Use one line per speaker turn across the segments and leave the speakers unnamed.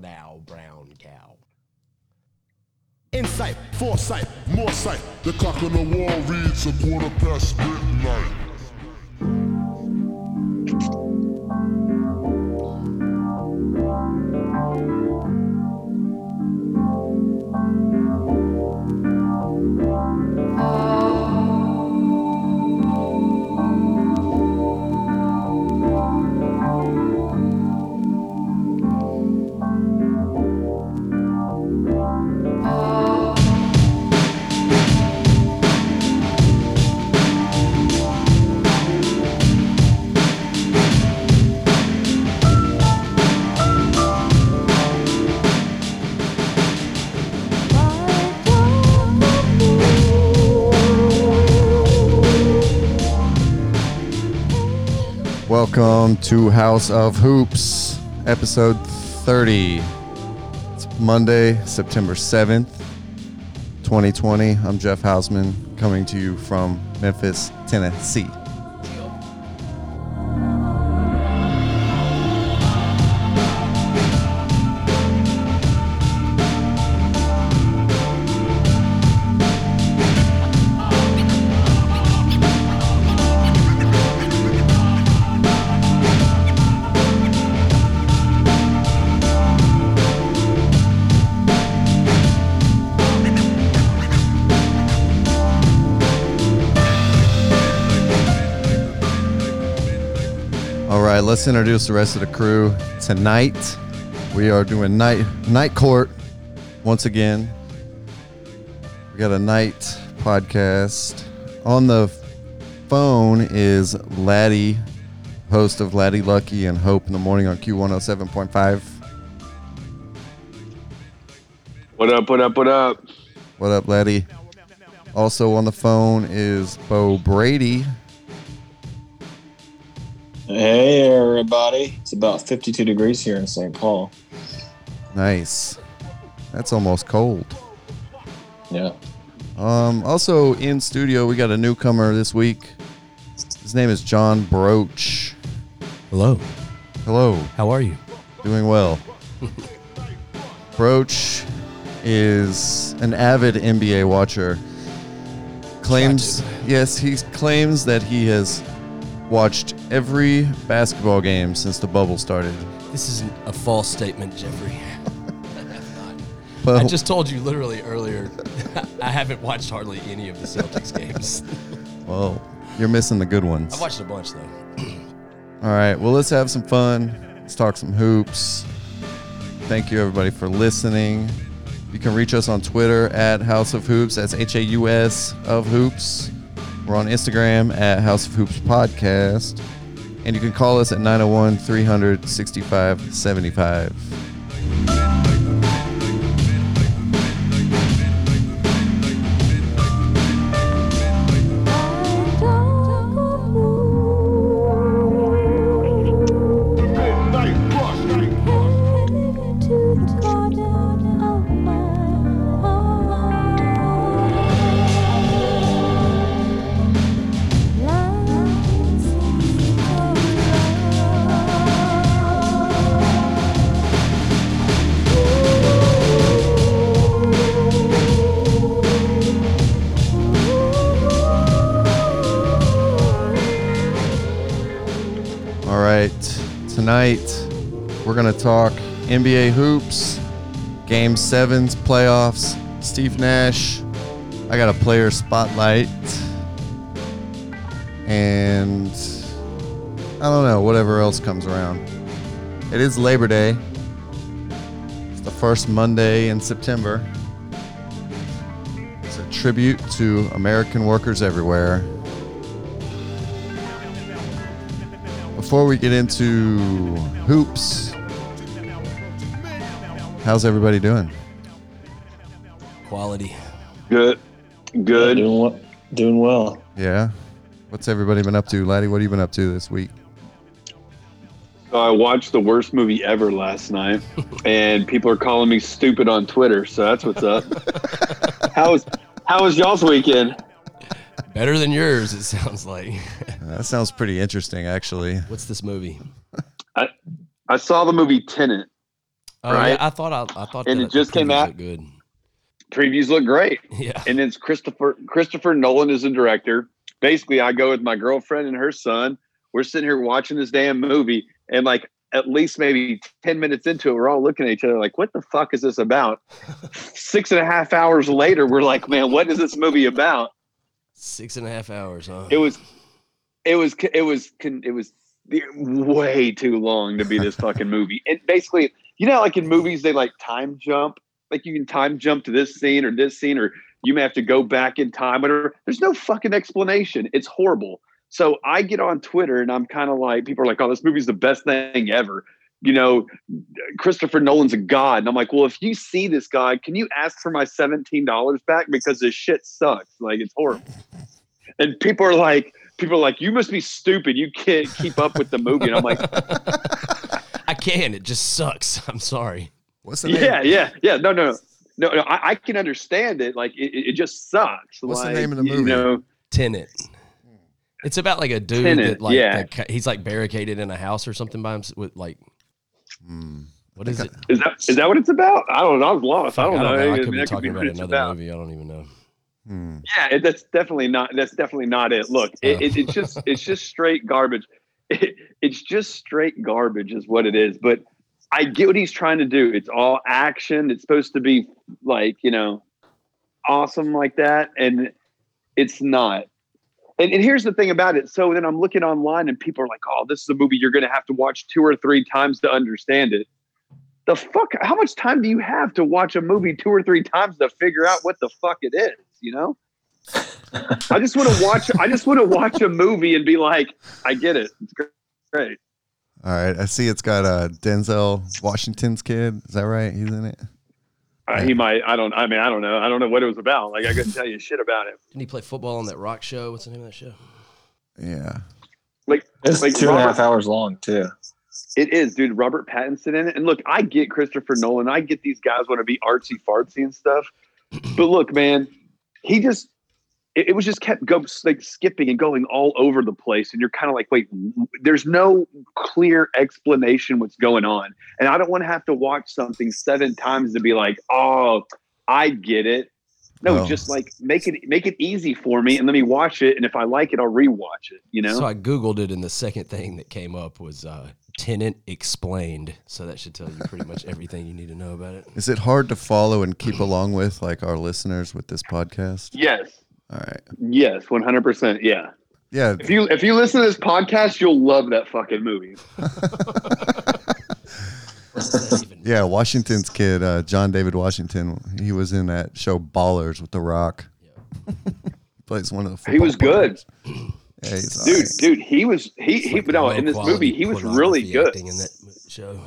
thou brown cow.
Insight,
Foresight, more sight. The clock on the wall reads a quarter past midnight.
Welcome to House of Hoops, episode 30. It's Monday, September 7th, 2020. I'm Jeff Hausman coming to you from Memphis, Tennessee. All right, let's introduce the rest of the crew. Tonight, we are doing night night court once again. We got a night podcast. On the phone is Laddie, host of Laddie Lucky and Hope in the Morning on Q107.5.
What up, what up, what up?
What up, Laddie? Also on the phone is Bo Brady,
Hey everybody! It's about 52 degrees here in St. Paul.
Nice. That's almost cold.
Yeah,
Um, also in studio, we got a newcomer this week. His name is John Broach.
Hello.
Hello,
How are you?
doing well. Broach is an avid NBA watcher. Claims yes, he claims that he has watched every basketball game since the bubble started.
This is a false statement, Jeffrey.
But
I just told you literally earlier I haven't watched hardly any of the Celtics games.
well, you're missing the good ones.
I've watched a bunch though.
All right. Well, let's have some fun. Let's talk some hoops. Thank you, everybody, for listening. You can reach us on Twitter at House of Hoops. That's H A U S of Hoops. We're on Instagram at House of Hoops Podcast. And you can call us at 901 300 75. All right, tonight we're gonna talk NBA hoops, Game Sevens, playoffs. Steve Nash, I got a player spotlight, and I don't know whatever else comes around. It is Labor Day. It's the first Monday in September. It's a tribute to American workers everywhere. Before we get into hoops, how's everybody doing?
Quality.
Good, good.
doing well. Doing well.
Yeah. What's everybody been up to? Laddie, what have you been up to this week?
So Uh, I watched the worst movie ever last night, and people are calling me stupid on Twitter. So that's what's up. how was how was y'all's weekend?
Better than yours, it sounds like.
Uh, That sounds pretty interesting, actually.
What's this movie?
I saw the movie Tenant.
Oh, yeah,
Right?
I thought I, I thought
And
the-
it just
the
came
previews
out.
looked Good.
Previews look great.
Yeah.
and it's Christopher Christopher Nolan is the director. Basically, I go with my girlfriend and her son. We're sitting here watching this damn movie, and like at least maybe ten minutes into it, we're all looking at each other like, "What the fuck is this about?" Six and a half hours later, we're like, "Man, what is this movie about?"
Six and a half hours, huh?
It was, it was, it was, it was way too long to be this fucking movie. And basically, you know, like in movies, they like time jump. Like you can time jump to this scene or this scene, or you may have to go back in time. Whatever. There's no fucking explanation. It's horrible. So I get on Twitter and I'm kind of like, people are like, "Oh, this movie's the best thing ever." You know, Christopher Nolan's a god, and I'm like, "Well, if you see this guy, can you ask for my seventeen dollars back because this shit sucks? Like, it's horrible." And people are like, "People are like, you must be stupid. You can't keep up with the movie." And I'm like,
I can. It just sucks. I'm sorry.
What's the
yeah,
name?
yeah, yeah. No, no, no, no. I, I can understand it. Like it, it it just sucks.
What's the
Like,
name of the
you
movie?
know,
Tenet. It's about like a dude
Tenet,
that like
yeah.
that ca- he's like barricaded in a house or something by himself with like
Hmm.
what is it?
is that is that what it's about? I don't. know. I was lost. I
Fuck,
don't know.
I
I
could
mean,
be
that
talking
what
about
it's
another movie. I don't even know.
Hmm.
Yeah, it, that's definitely not. That's definitely not it. Look, it,
Yeah.
it, it's just it's just straight garbage. It, it's just straight garbage is what it is. But I get what he's trying to do. It's all action. It's supposed to be like you know, awesome like that, and it's not. And, and here's the thing about it. So then I'm looking online, and people are like, "Oh, this is a movie you're going to have to watch two or three times to understand it." The fuck? How much time do you have to watch a movie two or three times to figure out what the fuck it is? You know. I just want to watch. I just want to watch a movie and be like, I get it. It's gr- great.
All right. I see it's got uh, Denzel Washington's kid. Is that right? He's in it.
Uh, he might. I don't. I mean, I don't know. I don't know what it was about. Like, I couldn't tell you shit about it.
Didn't he play football on that rock show? What's the name of that show?
Yeah.
It's
Like
two and a
Robert-
half hours long too.
It is, dude. Robert Pattinson in it. And look, I get Christopher Nolan. I get these guys want to be artsy fartsy and stuff. But look, man, he just. It, it was just kept go like skipping and going all over the place, and you're kind of like, wait, w- there's no clear explanation what's going on, and I don't want to have to watch something seven times to be like, oh, I get it. No,
Oh.
just like make it make it easy for me, and let me watch it, and if I like it, I'll rewatch it. You know,
So I googled it, and the second thing that came up was uh, Tenant Explained. So that should tell you pretty much everything you need to know about it.
Is it hard to follow and keep along with like our listeners with this podcast?
yes,
All right.
yes, one hundred percent, yeah.
Yeah.
If you if you listen to this podcast, you'll love that fucking movie.
What does that even
Yeah. Washington's kid, uh, John David Washington. He was in that show Ballers with The Rock. Plays one of the.
He was
football
good.
players. Yeah, he's all
Dude,
right.
dude, he was he he
Like
no in this
low-quality
movie he was really
pornography
good.
acting in that mo- show.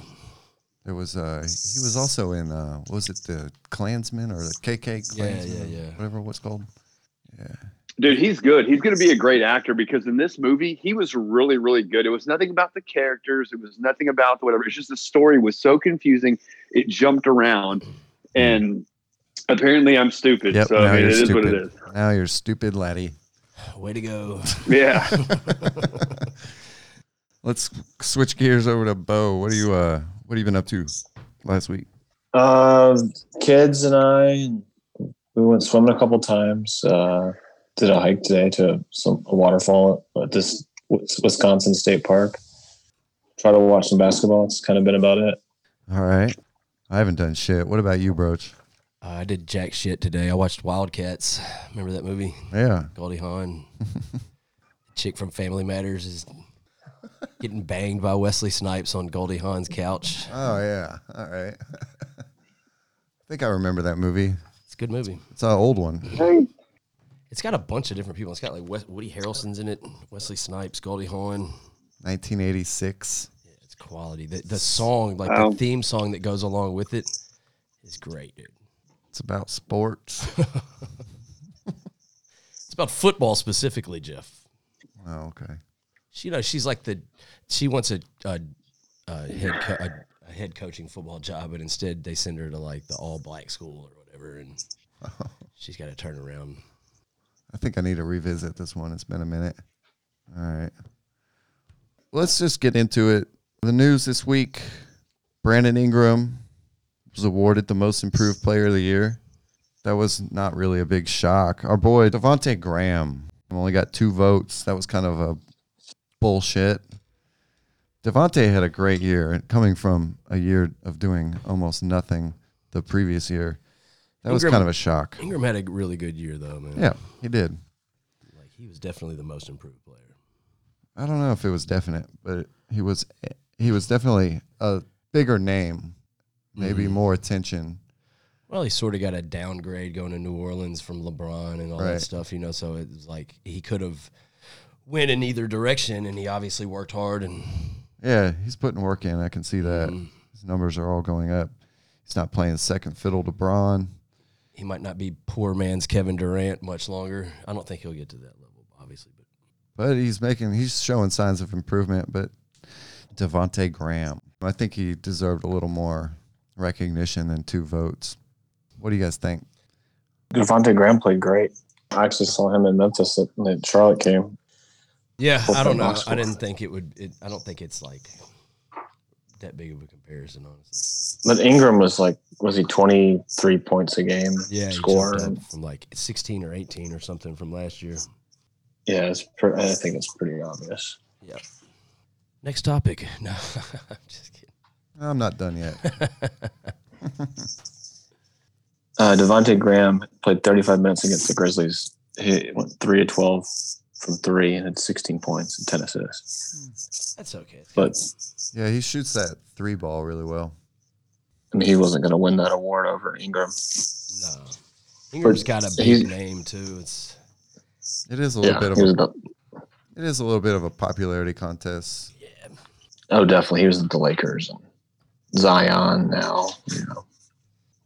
There was uh he was also in uh what was it the Klansman or the KK
Yeah, yeah,
Klansman
yeah.
whatever it was called
Dude, he's good. He's going to be a great actor because in this movie he was really really good. It was nothing about the characters. It was nothing about the whatever. It's just the story was so confusing. It jumped around, and apparently I'm stupid.
Yep,
so I
now
mean,
you're
uh, it is what it
stupid.
is.
now you're stupid laddie
Way to go!
Yeah.
let's switch gears over to Bo what are you uh what have you been up to last week
Uh, kids and I, we went swimming a couple times. Uh, did a hike today to some a waterfall at this Wis- Wisconsin State Park. Try to watch some basketball. It's kind of been about it.
all right I haven't done shit what about you Broach
Uh, I did jack shit today. I watched Wildcats. Remember that movie?
yeah
Goldie Hawn, chick from Family Matters, is getting banged by Wesley Snipes on Goldie Hawn's couch.
oh yeah all right I think I remember that movie
It's a good movie.
it's an old one
It's got a bunch of different people. It's got like Wes- Woody Harrelson's in it, Wesley Snipes, Goldie Hawn.
1986
Yeah, it's quality. The, the song, like
Wow.
the theme song that goes along with it, is great, dude.
it's about sports
It's about football specifically, Jeff.
oh okay
She, you know, she's like the she wants a a, a head co- a, a head coaching football job, but instead they send her to like the all black school or whatever, and she's got to turn around.
I think I need to revisit this one. It's been a minute. All right. Let's just get into it. The news this week Brandon Ingram was awarded the most improved player of the year. That was not really a big shock. Our boy Devonte Graham only got two votes. That was kind of a bullshit. Devonte had a great year, coming from a year of doing almost nothing the previous year. That was
Ingram-
kind of a shock.
Ingram had a really good year though, man.
Yeah, he did.
Like he was definitely the most improved player.
I don't know if it was definite, but he was he was definitely a bigger name, maybe more attention.
Well, he sort of got a downgrade going to New Orleans from LeBron and all
Right.
that stuff, you know. So it was like he could have went in either direction, and he obviously worked hard. And
Yeah, he's putting work in. I can see that. His numbers are all going up. He's not playing second fiddle to Braun.
he might not be poor man's Kevin Durant much longer. I don't think he'll get to that level, obviously. But
but he's making he's showing signs of improvement. But Devonte Graham, I think he deserved a little more recognition than two votes. What do you guys think?
Devontae Graham played great. I actually saw him in Memphis at- when Charlotte came.
yeah,
Well,
I don't
for
know.
Knoxville.
I didn't think it would. It, I don't think it's like that big of a comparison, honestly.
But Ingram was like, was he 23 points a game?
Yeah, he
score.
jumped up from like sixteen or eighteen or something from last year.
Yeah, it's pre- I think it's pretty obvious.
Next topic. No, I'm just kidding.
I'm not done yet.
Uh, Devontae Graham played 35 minutes against the Grizzlies. He went 3 of 12 from 3 and had 16 points and 10 assists.
That's okay.
But
yeah, he shoots that three ball really well.
I mean, he wasn't going to win that award over Ingram.
No. Ingram's got a
he's-
big name too. It's
It is a little
Yeah,
bit of
he was
a,
the,
it is a little bit of a popularity contest.
oh, definitely. He was at the Lakers and Zion now. You know.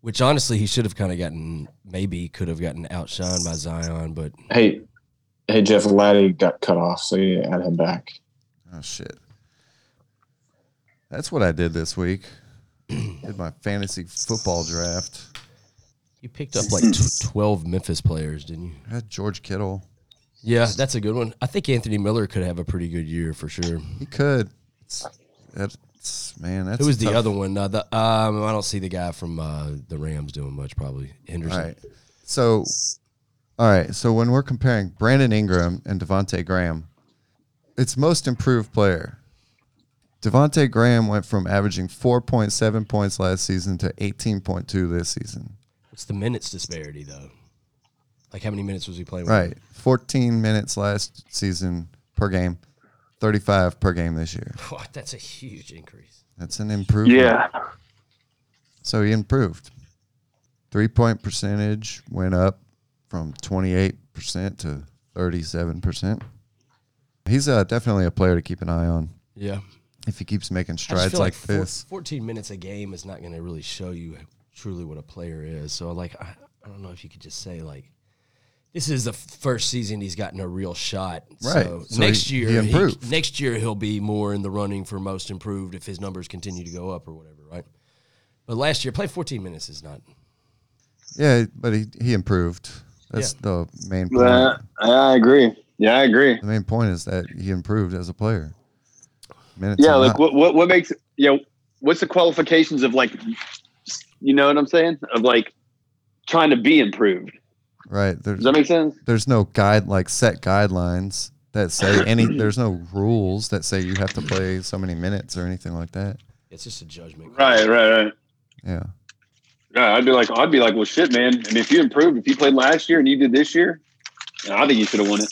which honestly he should have kind of gotten maybe could have gotten outshined by Zion, but
Hey, hey, Jeff Laddie got cut off, so you add him back.
Oh shit. That's what I did this week. did my fantasy football draft.
you picked up like tw- twelve Memphis players, didn't you?
I had George Kittle.
Yeah, that's a good one. I think Anthony Miller could have a pretty good year for sure.
He could. It's, that's man. That's
Who was
a
the
tough-
other one? Uh, the, um, I don't see the guy from uh, the Rams doing much. Probably Henderson.
All right. So, all right. So when we're comparing Brandon Ingram and Devonte Graham, it's most improved player. Devonte Graham went from averaging 4.7 points last season to 18.2 this season.
What's the minutes disparity though? Like how many minutes was he playing? with?
Right. 14 minutes last season per game, 35 per game this year.
God, that's a huge increase.
That's an improvement.
Yeah.
So he improved. Three point percentage went up from 28% to 37%. He's uh, definitely a player to keep an eye on
Yeah.
if he keeps making
I just
strides
feel
like,
four-
this.
14 minutes a game is not going to really show you truly what a player is. So, like, I, I don't know if you could just say, like, this is the first season he's gotten a real shot.
Right.
So,
So
next
he-
year,
he
he
improved.
next year he'll be more in the running for most improved if his numbers continue to go up or whatever, right? But last year, play 14 minutes is not.
Yeah, but he, he improved. That's
Yeah.
the main point.
Uh, I agree. Yeah, I agree.
The main point is that he improved as a player. Minutes
Yeah,
are
like
not-
what, what what makes you know what's the qualifications of like you know what I'm saying of like trying to be improved?
right. There's,
Does that make sense?
there's no guide, like set guidelines that say any, there's no rules that say you have to play so many minutes or anything like that.
It's just a judgment. call.
Right, right, right.
Yeah.
Yeah, I'd be like, I'd be like, well, shit, man. And if you improved, if you played last year and you did this year, I think you should have won it.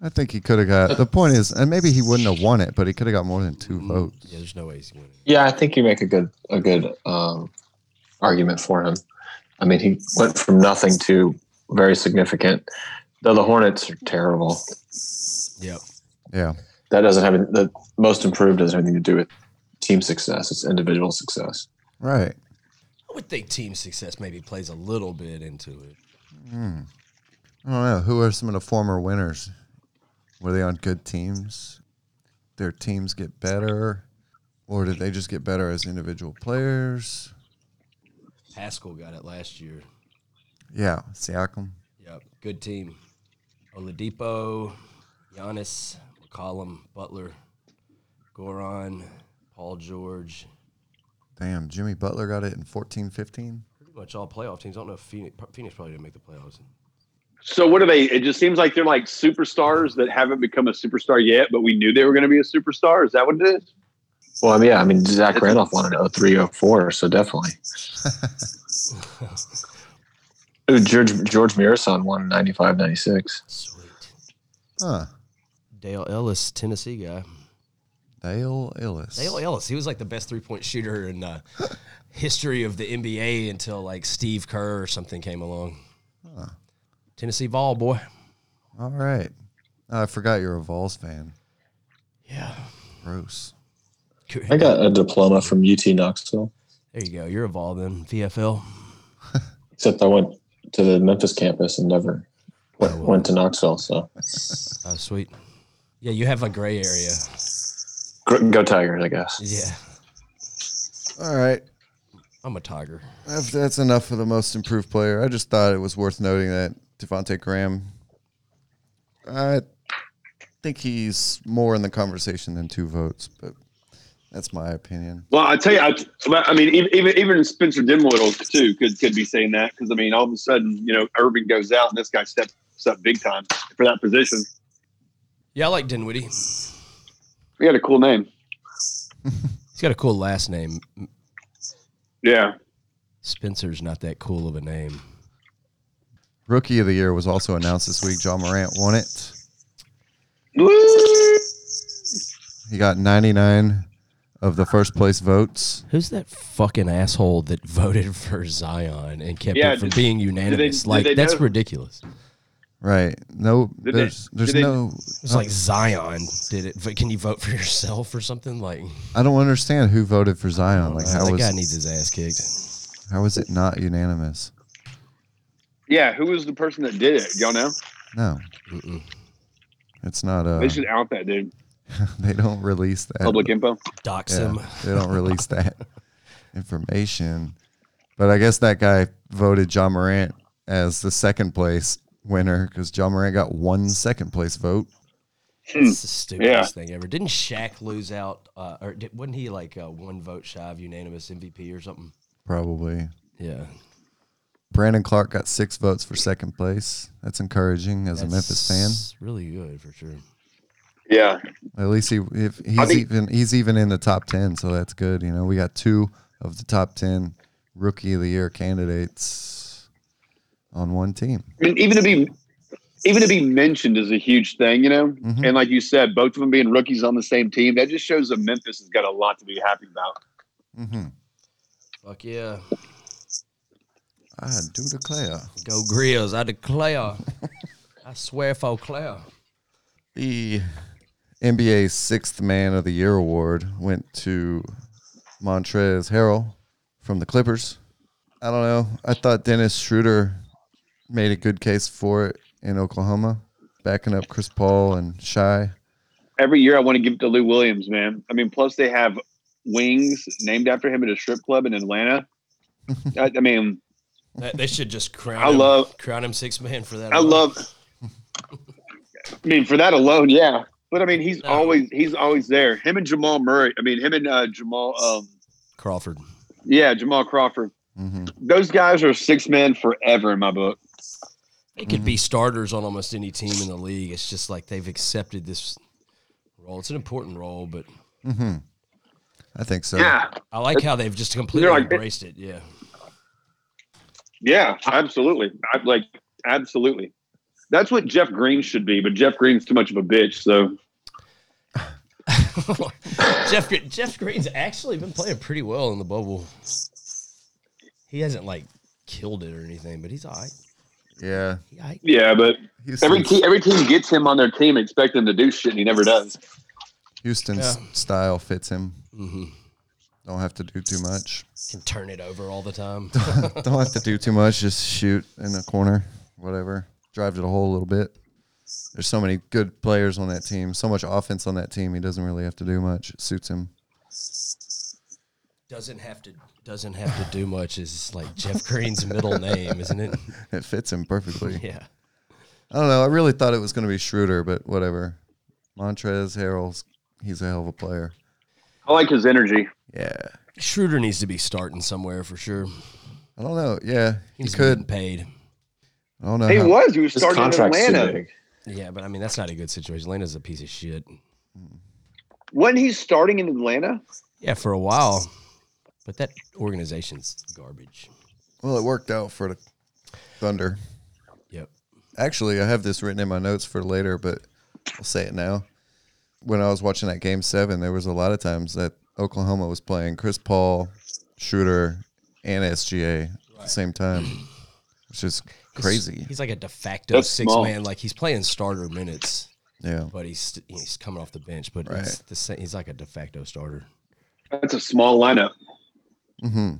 I think he could have got. The point is, and maybe he wouldn't have won it, but he could have got more than two votes.
Yeah, there's no way he's winning.
Yeah, I think you make a good a good um, argument for him. I mean, he went from nothing to very significant. Though the Hornets are terrible.
Yep.
Yeah,
That doesn't have the most improved doesn't have anything to do with team success. It's individual success.
right.
I would think team success maybe plays a little bit into it.
Hmm. I don't know. Who are some of the former winners? Were they on good teams? Their teams get better, or did they just get better as individual players?
Haskell got it last year.
Yeah, Siakam.
Yep, good team. Oladipo, Giannis, McCollum, Butler, Goron, Paul George,
Damn, Jimmy Butler got it in fourteen fifteen.
Pretty much all playoff teams. I don't know if Phoenix, Phoenix probably didn't make the playoffs.
So what are they? It just seems like they're like superstars that haven't become a superstar yet, but we knew they were going to be a superstar. Is that what it is?
Well, I mean, yeah, I mean, Zach Randolph oh wanted an 03 or 04, so definitely. Ooh, George George Mirasan won 95 96.
Sweet.
Huh.
Dale Ellis, Tennessee guy.
Dale Ellis.
Dale Ellis. He was like the best three point shooter in the history of the NBA until like Steve Kerr or something came along.
Huh.
Tennessee ball boy.
All right. Oh, I forgot you're a Vols fan.
Yeah.
Gross.
I got a diploma from UT Knoxville,
There you go. You're involved in VFL.
except I went to the Memphis campus and never went, went to Knoxville. So
Oh, sweet. Yeah, you have a gray area.
Gr- go Tigers, I guess.
Yeah.
All right.
I'm a tiger.
That's, that's enough for the most improved player. I just thought it was worth noting that Devonte Graham, I think he's more in the conversation than two votes, but that's my opinion.
Well, I tell you, I, I mean, even- even even Spencer Dinwiddie too could could be saying that because I mean, all of a sudden, you know, Irving goes out and this guy steps up big time for that position.
Yeah, I like Dinwiddie.
He had a cool name.
He's got a cool last name.
Yeah,
Spencer's not that cool of a name.
Rookie of the year was also announced this week. John Morant won it.
Woo!
He got 99 of the first place votes.
Who's that fucking asshole that voted for Zion and kept
Yeah,
it from
did-
being unanimous?
did
like
they
that's
know-
ridiculous.
Right. No,
Did they-
there's, there's
did they-
no.
It's like Zion did it. But can you vote for yourself or something? Like,
I don't understand who voted for Zion. Like,
like
how
that guy
was,
needs his ass kicked.
how was it not unanimous?
Yeah, who was the person that did it? Y'all know?
No,
Mm-mm.
it's not. Uh,
They should out that dude.
they don't release that.
Public info.
Dox
Yeah,
him.
Hmm.
they don't release that information. But I guess that guy voted John Morant as the second place winner because John Morant got one second place vote.
It's the stupidest thing ever. Didn't Shaq lose out? Uh, or did, wasn't he like uh, one vote shy of unanimous MVP or something?
Probably.
Yeah,
Brandon Clark got six votes for second place. That's encouraging as a Memphis fan.
That's really good for sure.
Yeah.
At least he if
I
he's
think-
even he's even in the top ten, so that's good. You know, we got two of the top ten rookie of the year candidates on one team.
I mean, even to be even to be mentioned is a huge thing, you know?
Mhm.
And like you said, both of them being rookies on the same team, that just shows that Memphis has got a lot to be happy about.
Mm-hmm.
Fuck yeah,
I do declare.
go Grills! I declare. I swear for Claire.
The NBA's sixth man of the year award went to Montrez Harrell from the Clippers. I don't know. I thought Dennis Schroeder made a good case for it in Oklahoma, backing up Chris Paul and Shy.
Every year I want to give it to Lou Williams, man. I mean, plus they have wings named after him at a strip club in Atlanta. I, I mean,
That- They should just crown.
I
him,
love-
crown him six man for that.
I
alone.
love I mean, for that alone, yeah. But I mean, he's
No.
always he's always there. Him and Jamal Murray. I mean, him and uh, Jamal um
Crawford.
yeah, Jamal Crawford.
hmm
Those guys are six men forever in my book.
They could be starters on almost any team in the league. It's just like they've accepted this role. It's an important role, but
hmm I think so.
Yeah.
I like how they've just completely
like-
embraced it. Yeah.
Yeah, absolutely. I, like, absolutely. That's what Jeff Green should be, but Jeff Green's too much of a bitch. So,
Jeff Gre- Jeff Green's actually been playing pretty well in the bubble. He hasn't like killed it or anything, but he's all right.
Yeah.
He all right.
yeah, but every
Houston,
team, every team gets him on their team, expecting him to do shit, and he never does.
Houston's
Yeah.
style fits him.
hmm
Don't have to do too much.
Can turn it over all the time.
Don't have to do too much. Just shoot in the corner, whatever. Drive to the hole a little bit. There's so many good players on that team. So much offense on that team. He doesn't really have to do much. It suits him.
doesn't have to doesn't have to do much. Is like Jeff Green's middle name, isn't it?
It fits him perfectly.
Yeah.
I don't know. I really thought it was going to be Schroeder, but whatever. Montrez Harrell's he's a hell of a player.
I like his energy.
Yeah.
Schroeder needs to be starting somewhere for sure.
I don't know. Yeah, he
He's
could.
getting paid.
I don't know.
He
how-
was. He was
His
starting in
contract's too
Atlanta.
big.
Yeah, but I mean that's not a good situation. Atlanta's a piece of shit.
When he's starting in Atlanta,
Yeah, for a while. But that organization's garbage.
Well, it worked out for the Thunder.
Yep.
Actually, I have this written in my notes for later, but I'll say it now. When I was watching that game seven, there was a lot of times that Oklahoma was playing Chris Paul, Shooter, and SGA at the same time, which is
He's-
crazy.
He's, like a de facto
That's
six
small.
man. Like he's playing starter minutes,
Yeah.
but he's he's coming off the bench. But it's
Right.
the same, he's like a de facto starter.
that's a small lineup.
Mm-hmm.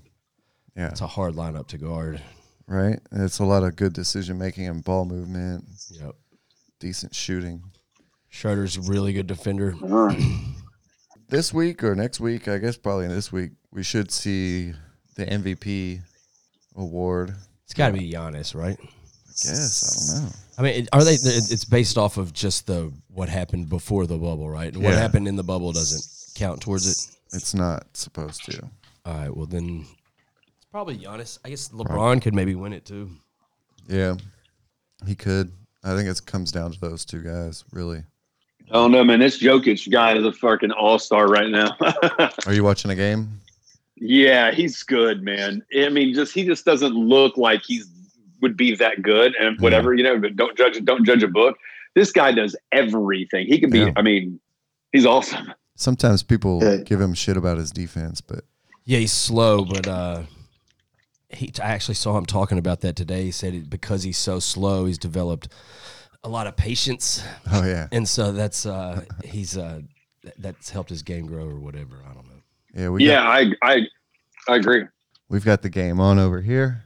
Yeah.
It's a hard lineup to guard.
Right. And it's a lot of good decision making and ball movement,
Yep.
decent shooting.
Schroeder's a really good defender.
this week or next week, I guess probably this week, we should see the MVP award.
It's got to be Giannis, right?
Yes, I don't know.
I mean, it- are they? it- It's based off of just the what happened before the bubble, right? What
Yeah.
happened in the bubble doesn't count towards it.
It's not supposed to.
All right. Well, then it's probably Giannis. I guess LeBron could maybe win it too.
Yeah, he could. I think it comes down to those two guys, really.
I don't know, man. This Jokic guy is a fucking all star right now.
Are you watching a game?
yeah, he's good, man. I mean, just he just doesn't look like he's would be that good, and whatever you know. But don't judge don't judge a book. This guy does everything. He can be.
Yeah.
I mean, he's awesome.
Sometimes people
Yeah.
give him shit about his defense, but
Yeah, he's slow, but uh, he. I actually saw him talking about that today. He said it, because he's so slow, he's developed a lot of patience,
oh yeah,
and so that's uh, he's uh, th- that's helped his game grow or whatever. I don't know.
yeah, we
yeah,
got,
I I I agree.
we've got the game on over here.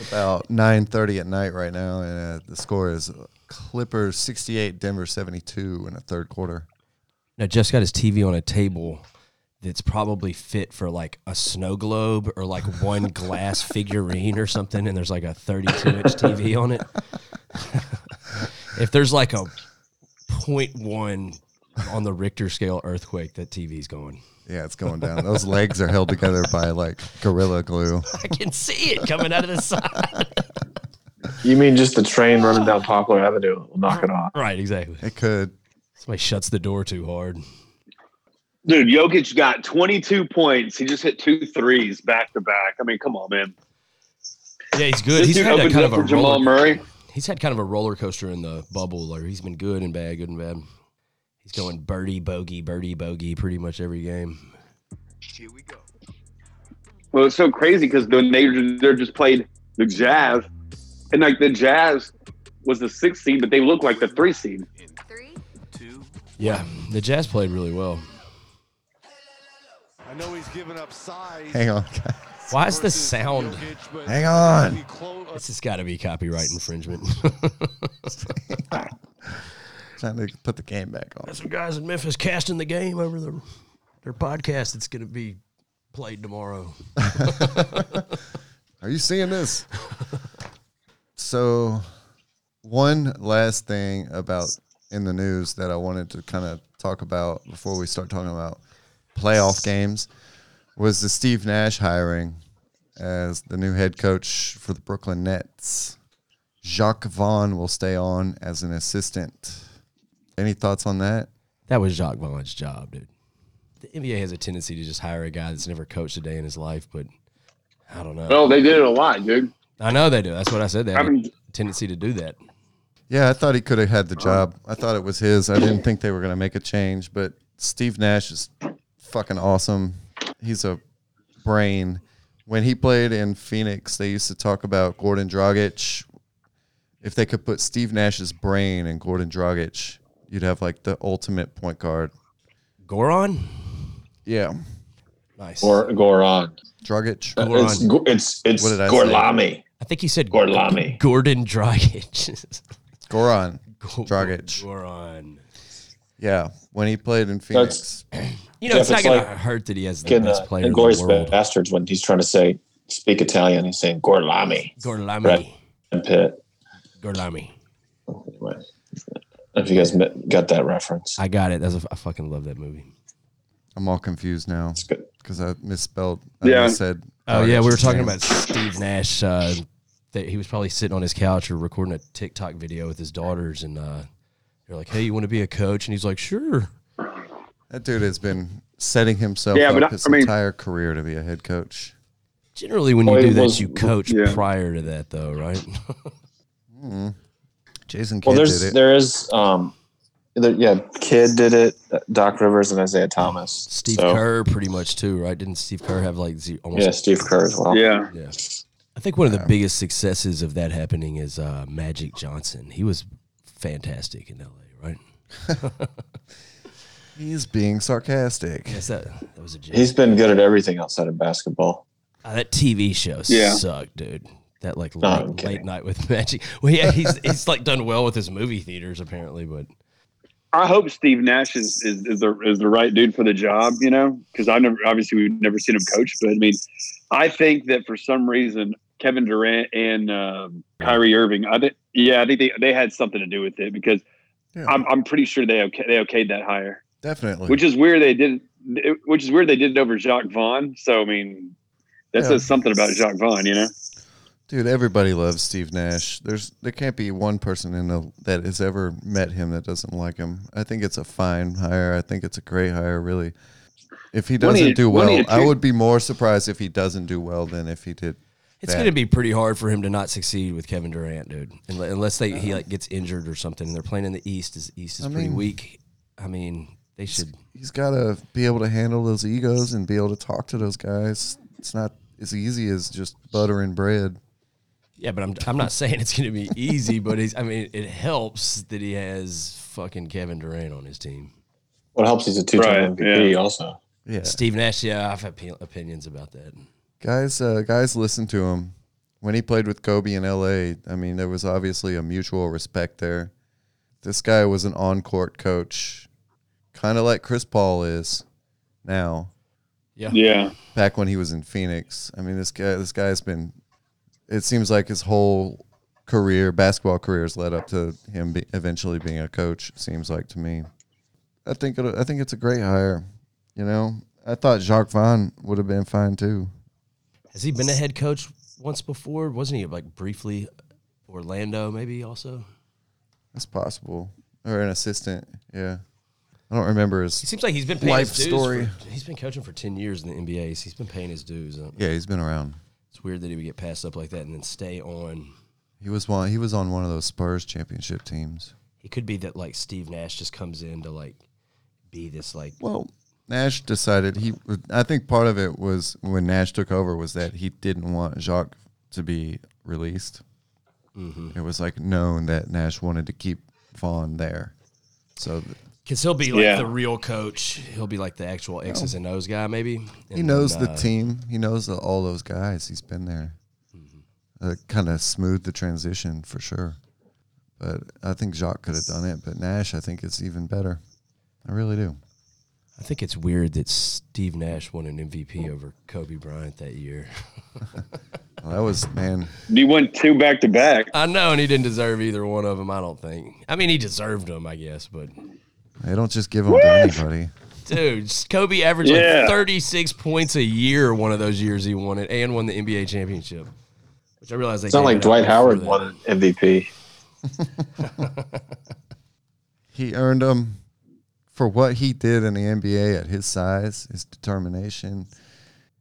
It's about nine thirty at night right now, and uh, the score is Clippers sixty eight, Denver seventy two in the third quarter.
Now Jeff's got his TV on a table that's probably fit for like a snow globe or like one glass figurine or something, and there's like a 32 inch TV on it. if there's like a 0.1 on the Richter scale earthquake, that TV's going.
Yeah, it's going down. Those legs are held together by like gorilla glue.
I can see it coming out of the side.
You mean just the train running down Poplar Avenue will knock it off?
right, exactly.
It could.
Somebody shuts the door too hard.
Dude, Jokic got 22 points. He just hit two threes back to back. I mean, come on, man.
Yeah, he's good.
this
He's
dude
had a
opens
kind
up
of
for
a
Jamal
roller-
Murray.
He's had kind of a roller coaster in the bubble, or he's been good and bad, good and bad. He's going birdie bogey, birdie bogey, pretty much every game.
Well, it's so crazy because when they they're just played the Jazz, and like the Jazz was the sixth seed, but they look like the three seed.
Three,
Yeah, the Jazz played really well.
I know he's given up size.
Hang on.
Why is the sound?
Hang on.
uh,
This has got to be copyright infringement.
Trying to put the game back on.
Some guys in Memphis casting the game over their their podcast that's going to be played tomorrow.
Are you seeing this? so, one last thing about in the news that I wanted to kind of talk about before we start talking about playoff games was the Steve Nash hiring as the new head coach for the Brooklyn Nets. Jacques Vaughn will stay on as an assistant. Any thoughts on that?
That was Jacques Vaughn's job, dude. The NBA has a tendency to just hire a guy that's never coached a day in his life, but I don't know.
Oh, they did it a lot, dude.
I know they do. That's what I said. They have
I mean-
a tendency to do that.
Yeah, I thought he could have had the job. I thought it was his. I didn't think they were going to make a change, but Steve Nash is fucking awesome. He's a brain. When he played in Phoenix, they used to talk about Gordon Dragic. If they could put Steve Nash's brain in Gordon Dragic, you'd have like the ultimate point guard.
Goron?
Yeah.
Nice.
Or Goron.
Dragic.
It's
Goron.
go- it's it's
What did I say?
Gorlami.
I think he said
Gorlami.
Gordon Dragic.
Goran.
Go-
Dragic.
Goran.
Yeah. When he played in Phoenix.
You know,
Jeff,
it's not
it's
going
like
to hurt that he has the
Getting
best
uh,
player in the
Inglorious
world.
Bastards when he's trying to say speak Italian, he's saying Gorlami
Gorlami.
Right. and Pitt.
Gorlami.
Anyway, I don't know if you guys met, got that reference.
I got it. That's a, I fucking love that movie.
I'm all confused now
It's good.
because I misspelled. I
Yeah.
said.
Oh yeah, we were
artist's
talking
name.
about Steve Nash. Uh, that he was probably sitting on his couch or recording a TikTok video with his daughters, and uh, they're like, "Hey, you want to be a coach?" And he's like, "Sure."
that dude has been setting himself
Yeah,
up
but I-
his
I mean-
entire career to be a head coach.
Generally, when you
Well,
do
it
that,
was-
you coach
yeah.
prior to that, though, right?
Mm. Jason Kidd
Well,
did
there's
it.
there is um, there, yeah, Kid did it. Doc Rivers and Isaiah Thomas.
Steve
So,
Kerr, pretty much too, right? Didn't Steve Kerr have like ze- almost?
Yeah, Steve Kerr as well.
Yeah.
Yeah. I think one of the
Yeah.
biggest successes of that happening is uh, Magic Johnson. He was fantastic in LA, right?
He's being sarcastic.
Yes, that that was a joke.
He's been good at everything outside of basketball.
Ah, that TV show
Yeah.
sucked, dude. That like
No,
late,
I'm kidding.
late night with Magic. Well, yeah, he's he's like done well with his movie theaters apparently, but
I hope Steve Nash is, is, is the is the right dude for the job, you know, because I've never obviously we've never seen him coach, but I mean, I think that for some reason Kevin Durant and um, Kyrie Irving, I think, yeah, I think they, they had something to do with it because
Yeah,
I'm, I'm pretty sure they okay, they okayed that hire,
definitely.
which is weird they didn't, it- which is weird they did it over Jacques Vaughn. So I mean, that
Yeah.
says something about Jacques Vaughn, you know.
Dude, everybody loves Steve Nash. There's there can't be one person in the, that has ever met him that doesn't like him. I think it's a fine hire. I think it's a great hire, really. If he
One of
doesn't
you-
do
one of
well,
you
I
two-
would be more surprised if he doesn't do well than if he did.
it's
That-
going to be pretty hard for him to not succeed with Kevin Durant, dude. Unle- Unless they he like gets injured or something. And they're playing in the East. Is East is
I
pretty
mean-
weak. I mean, they should.
He's got to be able to handle those egos and be able to talk to those guys. It's not as easy as just butter and bread.
Yeah, but I'm I'm not saying it's going to be easy, but he's, I mean, it helps that he has fucking Kevin Durant on his team.
What helps he's a
Right,
two-time MVP
yeah.
also.
Yeah,
Steve Nash, yeah, I've had pe- opinions about that.
guys, uh, guys, listen to him. When he played with Kobe in L.A., I mean, there was obviously a mutual respect there. This guy was an on-court coach, kind of like Chris Paul is now.
Yeah.
Yeah,
Back when he was in Phoenix, I mean, this guy, this guy's been. It seems like his whole career, basketball career, has led up to him be, eventually being a coach. it Seems like to me. I think it, I think it's a great hire. You know, I thought Jacques Vaughn would have been fine too.
Has he been a head coach once before? Wasn't he like briefly Orlando, maybe also?
That's possible. Or an assistant. Yeah. I don't remember
He
his.
seems like he's been paying
Life
his dues.
story.
for- he's been coaching for ten years in the NBA. So he's been paying his dues. Uh,
Yeah, he's been around.
It's weird that he would get passed up like that and then stay on.
He was one. He was on one of those Spurs championship teams.
He could be that like Steve Nash just comes in to like be this like
Well, Nash decided he. I think part of it was when Nash took over was that he didn't want Jacques to be released. It was like known that Nash wanted to keep Vaughn there. So th-
because he'll be like
Yeah.
the real coach. He'll be like the actual X's and O's guy, maybe.
Oh. he knows
uh,
the team. He knows the, all those guys. He's been there. Uh, kind of smoothed the transition for sure. But I think Jacques could have done it. But Nash, I think it's even better. I really do.
I think it's weird that Steve Nash won an MVP over Kobe Bryant that year.
Well, that was man.
he won two back to back.
I know, and he didn't deserve either one of them. I don't think. I mean, he deserved them, I guess, but
They don't just give them to anybody.
dude, Kobe averaged
Yeah.
like 36 points a year one of those years he won it and won the NBA championship. Which I realize they
It's not
gave
like
it up
Dwight
before
Howard
that.
won an MVP.
He earned them for what he did in the NBA at his size, his determination,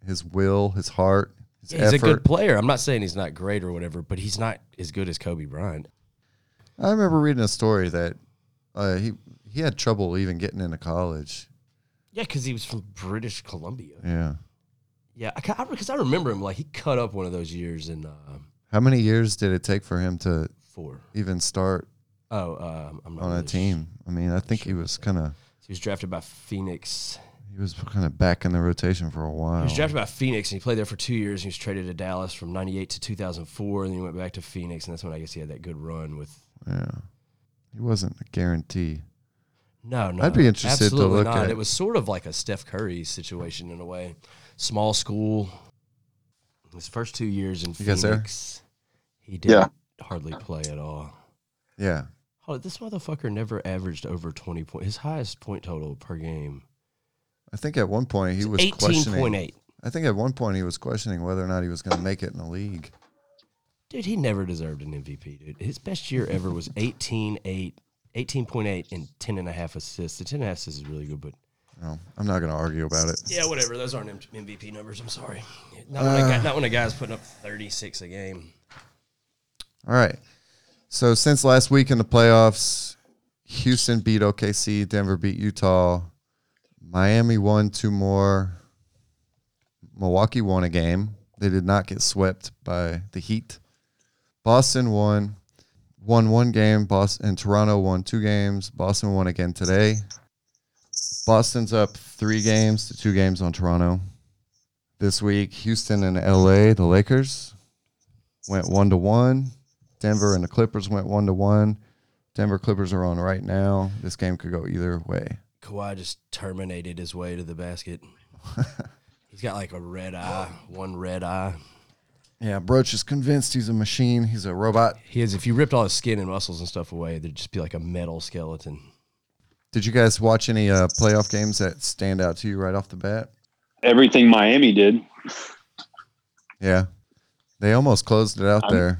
his will, his heart, his
Yeah, he's a
effort.
good player. I'm not saying he's not great or whatever, but he's not as good as Kobe Bryant.
I remember reading a story that uh, he he had trouble even getting into college.
Yeah, because he was from British Columbia.
Yeah.
Yeah, because I, remember him like he cut up one of those years in uh,
How many years did it take for him to
four.
even start
Oh, um, I'm not
on a
really
team? I mean, I think he was kind of
sure. He was drafted by Phoenix.
he was kind of back in the rotation for a
He
while.
was drafted by Phoenix and he played there for two years. And he was traded to Dallas from '98 to 2004, and then he went back to Phoenix, and that's when I guess he had that good run with.
Yeah, he wasn't a guarantee.
No, no,
I'd be interested to
absolutely
look
not.
at-
It was sort of like a Steph Curry situation in a way. Small school. His first two years in
You guys there?
Phoenix, he didn't hardly play at all.
Yeah,
Oh, this motherfucker never averaged over 20 points. His highest point total per game
I think at one point he was questioning.
18.8.
I think at one point he was questioning whether or not he was going to make it in the league.
Dude, he never deserved an MVP, dude. His best year ever was 18, 8, 18.8 and 10 and a half assists. The 10 and a half assists is really good, but
No, I'm not going to argue about it.
yeah, whatever. Those aren't M- MVP numbers. I'm sorry. Not when,
Uh.
a guy, not when a guy's putting up 36 a game.
All right. So since last week in the playoffs, Houston beat OKC, Denver beat Utah, Miami won two more, Milwaukee won a game. They did not get swept by the Heat. Boston won, won one game. Boston and Toronto won two games. Boston won again today. Boston's up three games to two games on Toronto. This week, Houston and LA, the Lakers went one to one. Denver and the Clippers went one to one. Denver Clippers are on right now. This game could go either way.
Kawhi just terminated his way to the basket. He's got like a red eye, one red eye.
Yeah, Broach is convinced he's a machine. He's a robot.
He is, if you ripped all his skin and muscles and stuff away, there'd just be like a metal skeleton.
Did you guys watch any uh, playoff games that stand out to you right off the bat?
Everything Miami did.
Yeah, they almost closed it out there.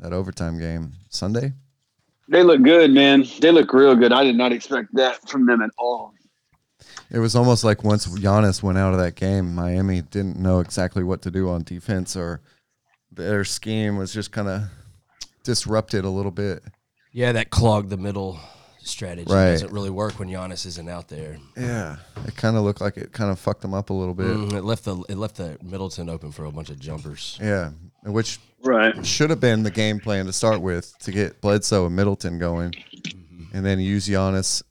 That overtime game Sunday.
They look good, man. They look real good. I did not expect that from them at all.
It was almost like once Giannis went out of that game, Miami didn't know exactly what to do on defense, or their scheme was just kind of disrupted a little bit.
Yeah, that clog the middle strategy
Right.
doesn't really work when Giannis isn't out there.
Yeah, it kind of looked like it kind of fucked them up a little bit.
Mm, it left the it left the Middleton open for a bunch of jumpers.
Yeah, which
Right.
should have been the game plan to start with to get Bledsoe and Middleton going,
Mm-hmm.
and then use Giannis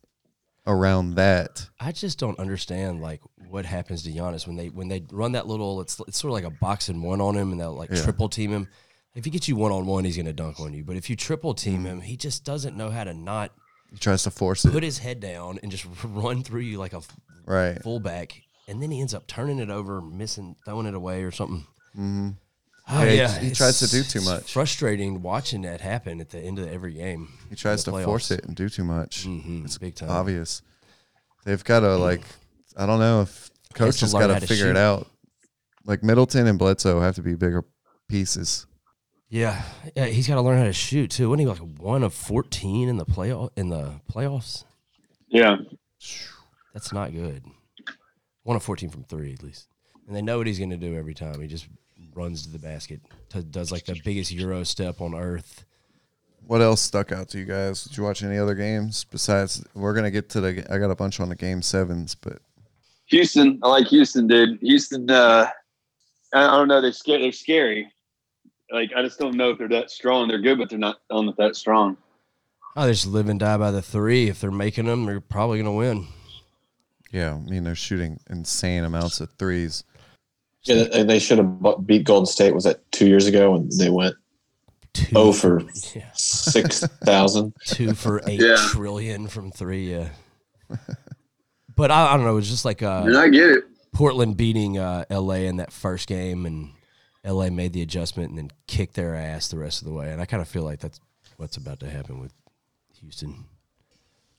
around that.
I just don't understand like what happens to Giannis when they when they run that little it's it's sort of like a box and one on him and they'll like
Yeah.
triple team him. If he gets you one on one, he's gonna dunk on you. But if you triple team him, he just doesn't know how to not
He tries to force
put
it.
his head down and just run through you like a f-
Right.
fullback, and then he ends up turning it over, missing, throwing it away or something.
hmm
Oh,
Yeah, he-
yeah,
he tries to do
it's-
too
it's
much.
Frustrating watching that happen at the end of every game.
He tries
the
to force
playoffs.
it and do too much.
hmm It's big time.
Obvious. They've got to like. I don't know if coach
Mm. to
has
learn
got
how
to
to
figure it
shoot.
out. Like Middleton and Bledsoe have to be bigger pieces.
Yeah, yeah he's got to learn how to shoot too. Wasn't he like one of fourteen in the playoff in the playoffs?
Yeah.
That's not good. One of fourteen from three at least, and they know what he's going to do every time. He just runs to the basket, t- does like the biggest euro step on earth.
What else stuck out to you guys? Did you watch any other games besides? We're gonna get to the. I got a bunch on the game sevens, but
Houston. I like Houston, dude. Houston. Uh, I I don't know. They're scary. They're scary. Like I just don't know if they're that strong. They're good, but they're not. I don't know if that strong.
Oh, they just live and die by the three. If they're making them, they're probably going to win.
yeah, I mean they're shooting insane amounts of threes.
Yeah, they, they should have bu- beat Golden State. Was that two years ago? And they went
Two
oh for
yeah,
six thousand.
two for eight trillion
Yeah.
from three. Yeah. But I, I don't know. It was just like uh,
I get it.
Portland beating uh, LA in that first game, and LA made the adjustment and then kicked their ass the rest of the way. And I kind of feel like that's what's about to happen with Houston.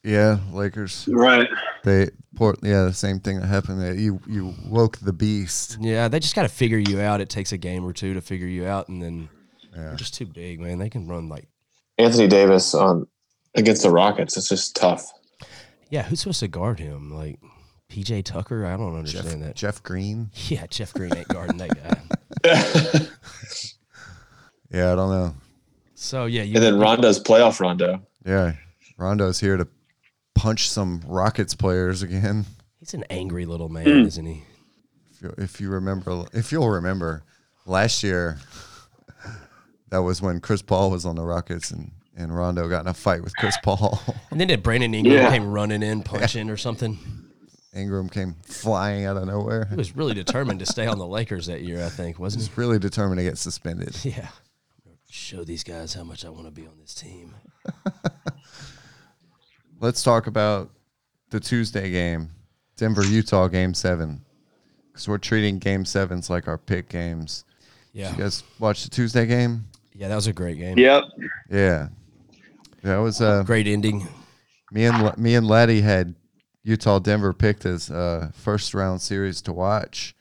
Yeah, Lakers.
Right.
They port. Yeah, the same thing that happened. That you you woke the beast.
Yeah, they just got to figure you out. It takes a game or two to figure you out, and then
Yeah.
they're just too big, man. They can run like
Anthony Davis on against the Rockets. It's just tough.
yeah. Who's supposed to guard him? Like PJ Tucker? I don't
Jeff,
understand that.
Jeff Green.
Yeah, Jeff Green ain't guarding that guy.
and
Yeah, I don't know.
So yeah, you
then Rondo's playoff Rondo.
Yeah, Rondo's here to punch some Rockets players again.
he's an angry little man,
Mm.
isn't he?
If you, if you remember, if you'll remember, last year, that was when Chris Paul was on the Rockets and and Rondo got in a fight with Chris Paul.
And then did Brandon Ingram
Yeah.
came running in, punching or something.
Ingram came flying out of nowhere.
He was really determined to stay on the Lakers that year, I think, wasn't
He's really determined to get suspended.
he? Yeah. Show these guys how much I want to be on this team.
Let's talk about the Tuesday game, Denver Utah game seven, because we're treating game sevens like our pick games.
Yeah.
You guys watch the Tuesday game?
Yeah, that was a great game.
Yep.
Yeah, that was uh,
Great ending.
me and me and Laddie had Utah Denver picked as uh, first round series to watch.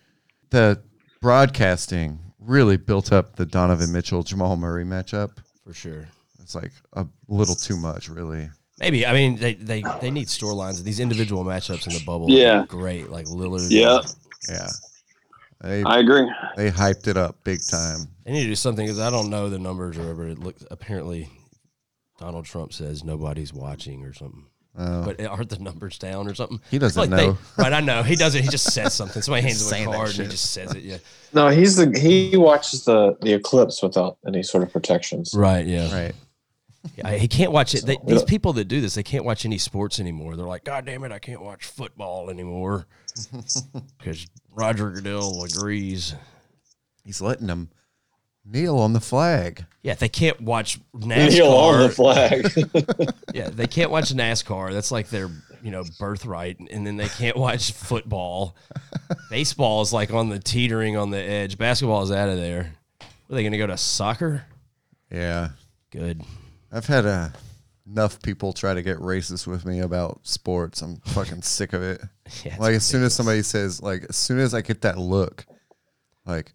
The broadcasting really built up the Donovan Mitchell Jamal Murray matchup.
for sure.
It's like a little too much, really.
Maybe I mean they they, they need storylines. These individual matchups in the bubble,
Yeah.
are great. Like Lillard,
Yeah.
Yeah, they
I agree.
they hyped it up big time.
They need to do something because I don't know the numbers or whatever. It looks apparently Donald Trump says nobody's watching or something.
Oh.
Uh,
But aren't the numbers down or something?
he doesn't
Like
know.
They, right, I know he doesn't. He just says something. Somebody hands him
Saying
a
that
card and he
shit.
just says it. Yeah,
No, he's the he watches the the eclipse without any sort of protections.
right. Yeah,
right. uh,
Yeah, he can't watch it. They,
So-
these
Yeah.
people that do this, they can't watch any sports anymore. They're like, God damn it, I can't watch football anymore because Roger Goodell agrees.
He's letting them kneel on the flag.
Yeah, they can't watch NASCAR.
Kneel on the flag.
Yeah, they can't watch NASCAR. That's like their you know birthright, and then they can't watch football. Baseball is like on the teetering on the edge. Basketball is out of there. Are they going to go to soccer?
Yeah.
Good.
I've had uh, enough people try to get racist with me about sports. I'm fucking sick of it.
Yeah, it's
like as soon as somebody says, like as soon as I get that look, like,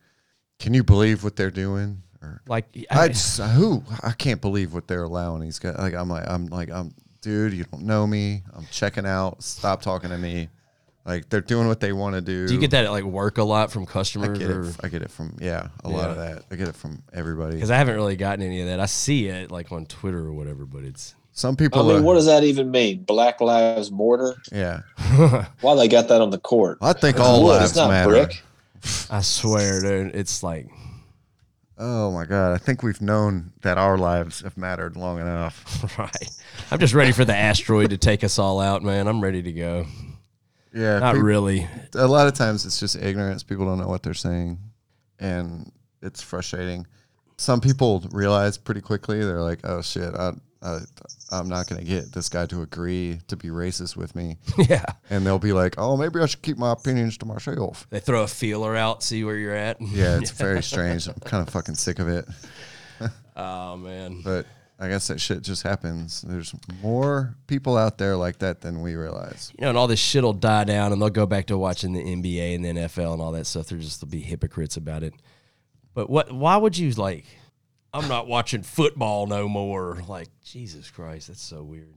can you believe what they're doing? Or
Like
I just, who I can't believe what they're allowing these guys. Like I'm like I'm like I'm dude. You don't know me. I'm checking out. Stop talking to me. Like they're doing what they want to do.
do you get that at like work a lot from customers?
I get
or-
it. I get it from yeah. A lot of that. I get it from everybody.
because I haven't really gotten any of that. I see it like on Twitter or whatever, but it's
Some
I
people.
mean,
are,
what does that even mean? Black lives mortar?
yeah.
Why they got that on the court?
I think
It's
all
wood,
lives
it's not
matter.
brick.
I swear, dude, it's like
Oh my God. I think we've known that our lives have mattered long enough.
right. I'm just ready for the asteroid to take us all out, man. I'm ready to go.
Yeah.
Not
peop-
really.
A lot of times it's just ignorance. People don't know what they're saying. And it's frustrating. Some people realize pretty quickly they're like, oh shit, I, I, I'm not going to get this guy to agree to be racist with me.
yeah.
And they'll be like, oh, maybe I should keep my opinions to myself.
They throw a feeler out, see where you're at.
Yeah, it's very strange. I'm kind of fucking sick of it.
Oh man.
But I guess that shit just happens. There's more people out there like that than we realize.
You know, and all this shit'll die down, and they'll go back to watching the NBA and the NFL and all that stuff. They're just they'll be hypocrites about it. But what? Why would you like? I'm not watching football no more. Like Jesus Christ, that's so weird.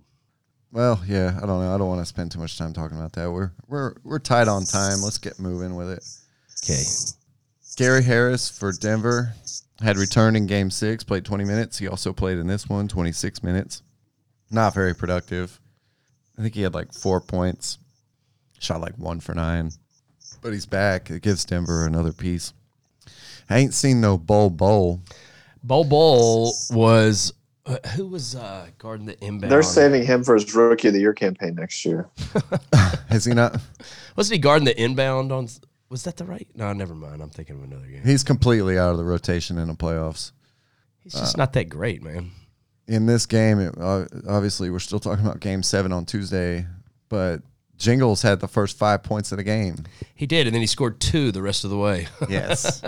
Well, yeah, I don't know. I don't want to spend too much time talking about that. We're we're we're tight on time. Let's get moving with it.
Okay.
Gary Harris for Denver had returned in game 6, played 20 minutes. He also played in this one 26 minutes. Not very productive. I think he had like 4 points. Shot like 1 for 9. But he's back. It gives Denver another piece. I ain't seen no bowl bowl.
Bol Bol was uh, who was uh, guarding the inbound?
They're saving him for his rookie of the year campaign next year.
Has he not?
Wasn't he guarding the inbound on? Was that the right? No, never mind. I'm thinking of another game.
He's completely out of the rotation in the playoffs.
He's just not that great, man.
in this game, it, uh, obviously we're still talking about Game Seven on Tuesday, but Jingles had the first five points of the game.
He did, and then he scored two the rest of the way.
Yes.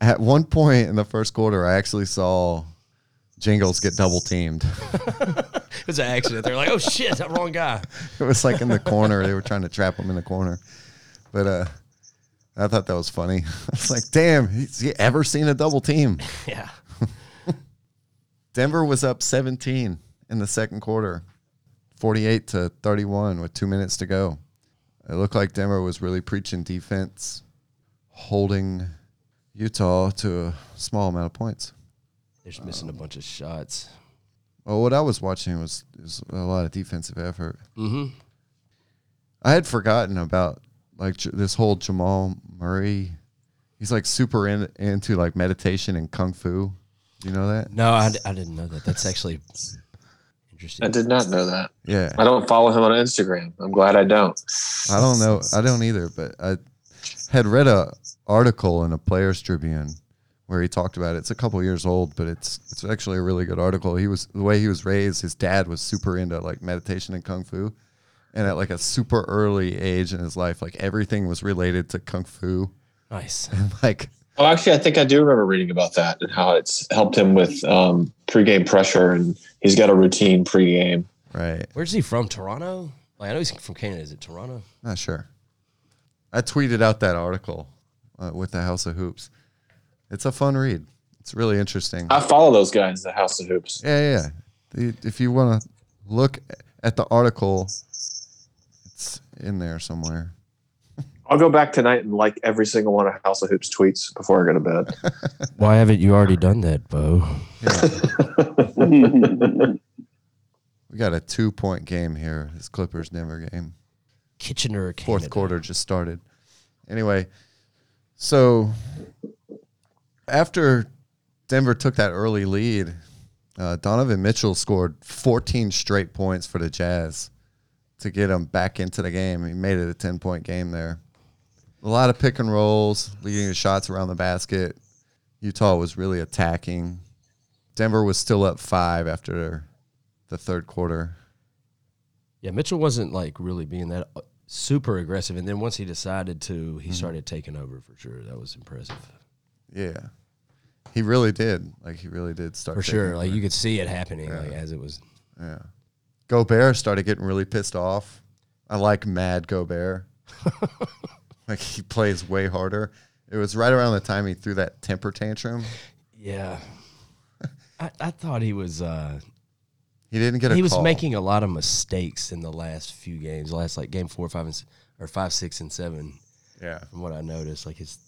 At one point in the first quarter, I actually saw Jingles get double teamed.
It was an accident. They're like, oh shit, that wrong guy.
It was like in the corner; they were trying to trap him in the corner. But uh, I thought that was funny. I was like, "Damn, has he ever seen a double team?"
Yeah.
Denver was up 17 in the second quarter, 48 to 31 with two minutes to go. It looked like Denver was really preaching defense, holding Utah to a small amount of points.
They're just missing a bunch of shots.
Well, what I was watching was, was a lot of defensive effort.
Mm-hmm.
I had forgotten about like J- this whole Jamal Murray. He's like super in, into like meditation and kung fu. You know that?
No, I, I didn't know that. That's actually
I
interesting.
did not know that.
Yeah.
I don't follow him on Instagram. I'm glad I don't.
I don't know. I don't either. But I had read a article in a Players Tribune where he talked about it. It's a couple years old, but it's it's actually a really good article. He was the way he was raised. His dad was super into like meditation and kung fu, and at like a super early age in his life, like everything was related to kung fu.
Nice.
Like
Oh, actually, I think I do remember reading about that and how it's helped him with um, pregame pressure, and he's got a routine pregame
Right.
Where's he from? Toronto? Like I know he's from Canada. Is it Toronto?
Not sure. I tweeted out that article uh, with the House of Hoops. It's a fun read. It's really interesting.
I follow those guys, the House of Hoops.
Yeah, yeah, yeah. The- If you want to look at the article, it's in there somewhere.
I'll go back tonight and like every single one of House of Hoops tweets before I go to bed.
Why haven't you already done that, Bo?
We got a two point game here. This Clippers Denver game.
Kitchener, Canada.
Fourth quarter just started. Anyway, so after Denver took that early lead, uh, Donovan Mitchell scored 14 straight points for the Jazz to get them back into the game. He made it a 10 point game there. A lot of pick and rolls, leading to shots around the basket. Utah was really attacking. Denver was still up five after the third quarter.
Yeah, Mitchell wasn't like really being that uh, super aggressive, and then once he decided to, he started taking over for sure. That was impressive
Yeah. He really did. Like he really did start
for
taking
sure. Like
over.
you could see it happening like, as it was.
Yeah. Gobert started getting really pissed off. I like mad Gobert. like he plays way harder. It was right around the time he threw that temper tantrum.
Yeah, I, I thought he was. uh
He didn't get a
He was
call.
making a lot of mistakes in the last few games. Last like game four, five, and s- or five, six, and seven.
Yeah.
From what I noticed, like his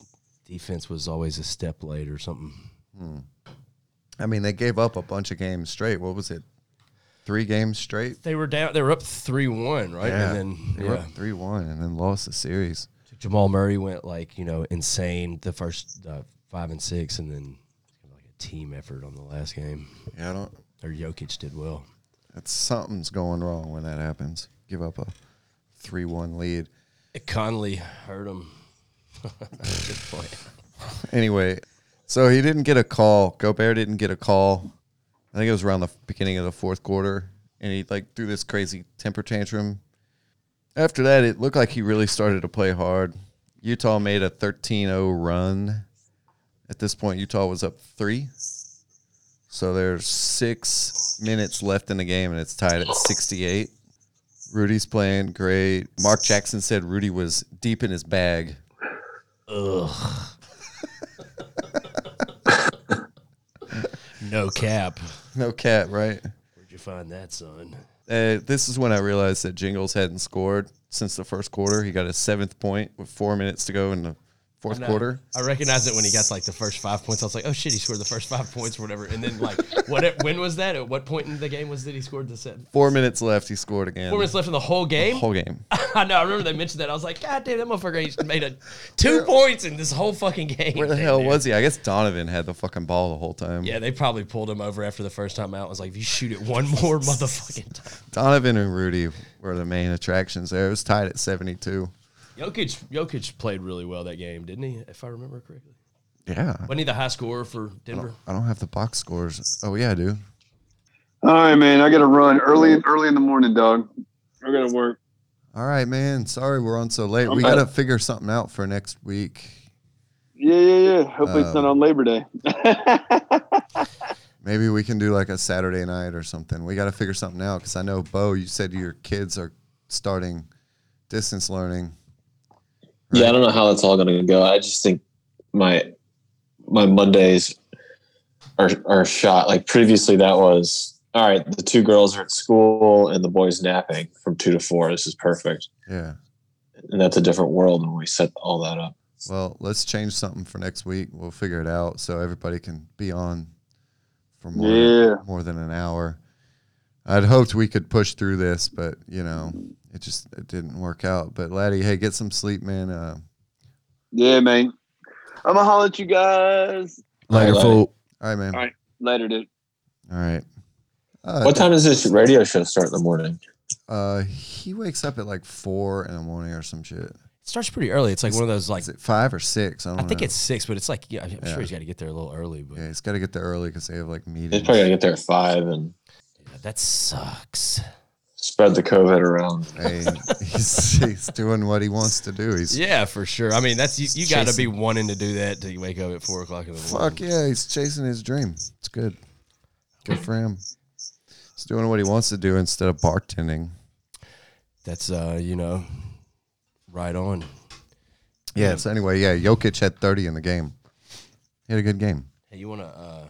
defense was always a step late or something.
I mean, they gave up a bunch of games straight. What was it? Three games straight?
They were down. They were up three one, right?
Yeah.
And then
They
yeah.
were up 3 1 and then lost the series.
Jamal Murray went like you know insane the first uh, five and six, and then kind of like a team effort on the last game.
Yeah, I don't.
Or Jokic did well.
That's, something's going wrong when that happens. Give up a 3 1 lead.
Conley hurt him. Good play.
anyway, so he didn't get a call. Gobert didn't get a call. I think it was around the beginning of the fourth quarter, and he like threw this crazy temper tantrum. After that, it looked like he really started to play hard. Utah made a 13-0 run. At this point, Utah was up three. So there's six minutes left in the game, and it's tied at 68. Rudy's playing great. Mark Jackson said Rudy was deep in his bag.
Ugh. no cap.
No cat, right?
Where'd you find that, son?
uh, this is when I realized that Jingles hadn't scored since the first quarter. He got his seventh point with four minutes to go in the fourth
No.
quarter.
I recognized it when he got like the first five points. I was like, oh shit, he scored the first five points or whatever. And then like, what? when was that? At what point in the game was that he scored the set?
Four minutes left. He scored again.
Four minutes left in the whole game.
Whole game.
I know. I remember they mentioned that. I was like, God damn, that motherfucker he's made a two points in this whole fucking game.
Where the
Damn
hell
near.
was he? I guess Donovan had the fucking ball the whole time.
Yeah, they probably pulled him over after the first time out. I was like, if you shoot it one more motherfucking time,
Donovan and Rudy were the main attractions there. It was tied at 72.
Jokic, Jokic played really well that game, didn't he? If I remember correctly,
Yeah.
wasn't he the high scorer for Denver?
I don't have the box scores. Oh, yeah, dude.
All right, man. I gotta run early, early in the morning, dog. I gotta work.
All right, man. Sorry we're on so late.
I'm
we
back.
got to figure something out for next week.
Yeah, yeah, yeah. Hopefully, it's not
Um,
on Labor Day.
Maybe we can do like a Saturday night or something. We got to figure something out because I know Bo, you said your kids are starting distance learning.
Yeah, I don't know how that's all going to go. I just think my my Mondays are are shot. Like previously, that was all right. The two girls are at school and the boys napping from two to four. This is perfect,
Yeah.
and that's a different world when we set all that up.
Well, let's change something for next week. We'll figure it out so everybody can be on for more
yeah.
more than an hour. I'd hoped we could push through this, but you know, it just it didn't work out. But Laddie, hey, get some sleep, man. Uh,
Yeah, man. I'm gonna holler at you guys
Later, fool.
all right, man.
All right. later, dude.
All right. Uh,
What time does this radio show start in the morning?
Uh, he wakes up at like four in the morning or some shit.
It starts pretty early. It's like one of those like
Is it five or six? I don't
I think
know.
it's six, but it's like yeah, I'm
Yeah.
sure he's got to get there a little early. But
Yeah, he's got to get there early because they have like
He's
meetings.
probably gonna get there at five and
yeah, that sucks.
spread the COVID around.
Hey, he's, he's doing what he wants to do. He's
Yeah, for sure. I mean, that's you, you
It's
got to be
chasing.
wanting to do that to wake up at four o'clock in the morning.
fuck yeah, he's chasing his dream. It's good. Good for him. He's doing what he wants to do instead of bartending.
That's uh, you know, right on.
Yeah. So anyway, yeah, Jokic had 30 in the game. He had a good game.
Hey, you wanna? uh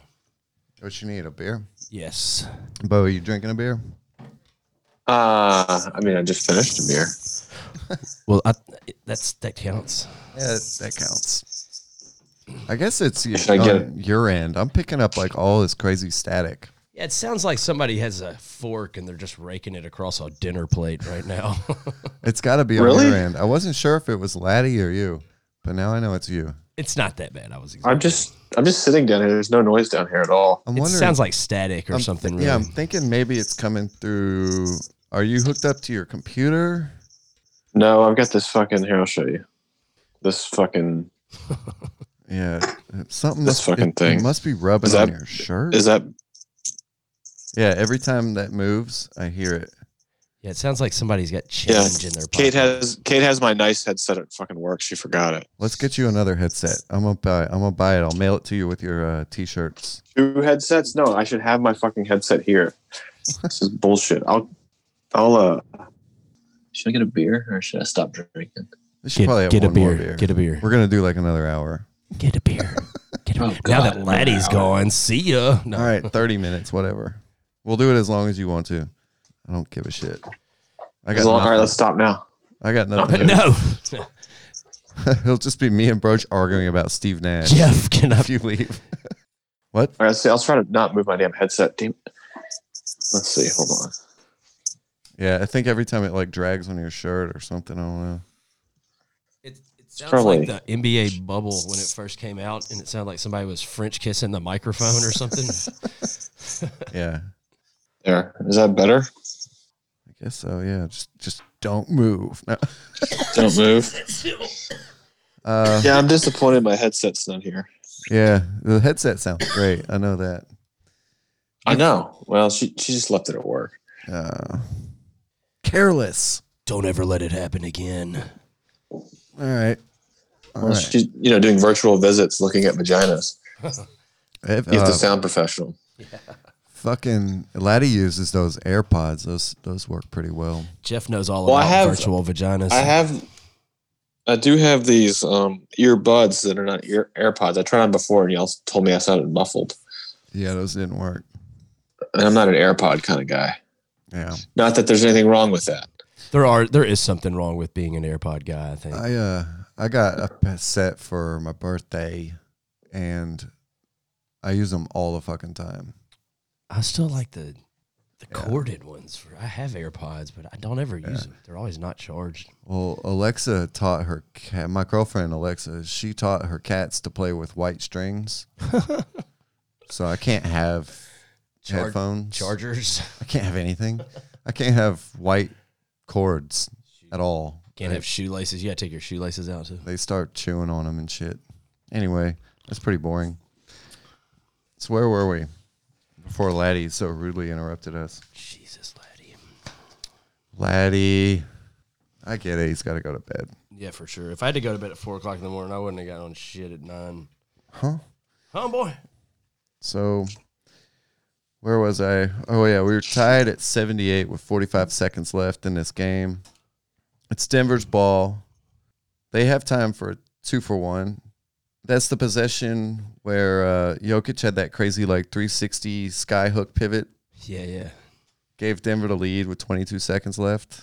What you need? A beer?
Yes.
Bo, are you drinking a beer?
Uh, I mean, I just finished a beer.
Well, I, that's that counts.
Yeah, that counts. I guess it's you,
Should I get
on your end. I'm picking up like all this crazy static.
Yeah, it sounds like somebody has a fork and they're just raking it across a dinner plate right now.
It's got to be on
Really?
your end. I wasn't sure if it was Laddie or you, but now I know it's you.
it's not that bad. I was.
I'm just, I'm just sitting down here. There's no noise down here at all.
I'm
It
wondering.
sounds like static or
I'm
something.
thi-
Really.
Yeah, I'm thinking maybe it's coming through. Are you hooked up to your computer?
No, I've got this fucking. Here, I'll show you. This fucking
Yeah, something.
This
must-
fucking
it- it
thing.
must be rubbing
Is
on
that-
your shirt.
is that?
yeah, every time that moves, I hear it.
Yeah, it sounds like somebody's got change in their pocket.
Kate has Kate has my nice headset. It fucking works. She forgot it.
Let's get you another headset. I'm gonna buy. I'm gonna buy it. I'll mail it to you with your uh, t-shirts.
Two headsets? No, I should have my fucking headset here. this is bullshit. I'll, I'll. uh Should I get a beer or should I stop drinking?
We should probably
Get, get
have
a
one more
beer, Get a beer.
We're gonna do like another hour.
Get a beer. Get a
Oh,
beer. Now
God,
that Laddie's
wow.
gone, see ya. No.
All right, 30 minutes, whatever. We'll do it as long as you want to. I don't give a shit. I got
As long- all right,
nothing.
let's stop now.
I got nothing.
No.
It'll just be me and Broach arguing about Steve Nash
Jeff, can I?
if you leave. what?
All right, let's see. I'll try to not move my damn headset. Damn. it. Let's see. Hold on.
Yeah, I think every time it like drags on your shirt or something. I don't know.
It, it sounds
Probably.
like the NBA bubble when it first came out, and it sounded like somebody was French kissing the microphone or something.
Yeah,
There. Is that better?
I guess so. Yeah, just just don't move. No.
Don't move.
Uh,
yeah, I'm disappointed my headset's not here.
yeah, the headset sounds great. I know that.
I know. Well, she she just left it at work.
Uh, careless.
Don't ever let it happen again.
All right. All
Well,
right.
She's you know doing virtual visits, looking at vaginas.
If,
You
uh,
have to sound professional.
Fucking Laddie uses those AirPods. Those those work pretty well.
Jeff knows all
Well, I
about
have-
virtual vaginas.
I have, I do have these um, earbuds that are not ear AirPods. I tried on before, and y'all told me I sounded muffled,
Yeah, those didn't work.
and I'm not an AirPod kind of guy.
Yeah,
Not that there's anything wrong with that.
There are there is something wrong with being an AirPod guy. I think.
I uh I got a pa- set for my birthday, and I use them all the fucking time.
I still like the the
Yeah.
corded ones. For, I have AirPods, but I don't ever
Yeah.
use them. They're always not charged.
Well, Alexa taught her cat. My girlfriend Alexa, she taught her cats to play with white strings. so I can't have
Char-
headphones.
Chargers
I can't have anything. I can't have white cords at all.
can't
They-
have shoelaces. You gotta take your shoelaces out too.
they start chewing on them and shit. Anyway, that's pretty boring. So where were we before Laddie so rudely interrupted us?
Jesus, laddie.
Laddie, I get it. He's got to go to bed.
Yeah, for sure. If I had to go to bed at four o'clock in the morning, I wouldn't have gotten on shit at nine.
Huh?
Oh boy.
So where was I? Oh yeah, we were tied at 78 with 45 seconds left in this game. It's Denver's ball. They have time for a two for one. That's the possession where uh, Jokic had that crazy like 360 skyhook pivot
Yeah, yeah.
gave Denver the lead with 22 seconds left.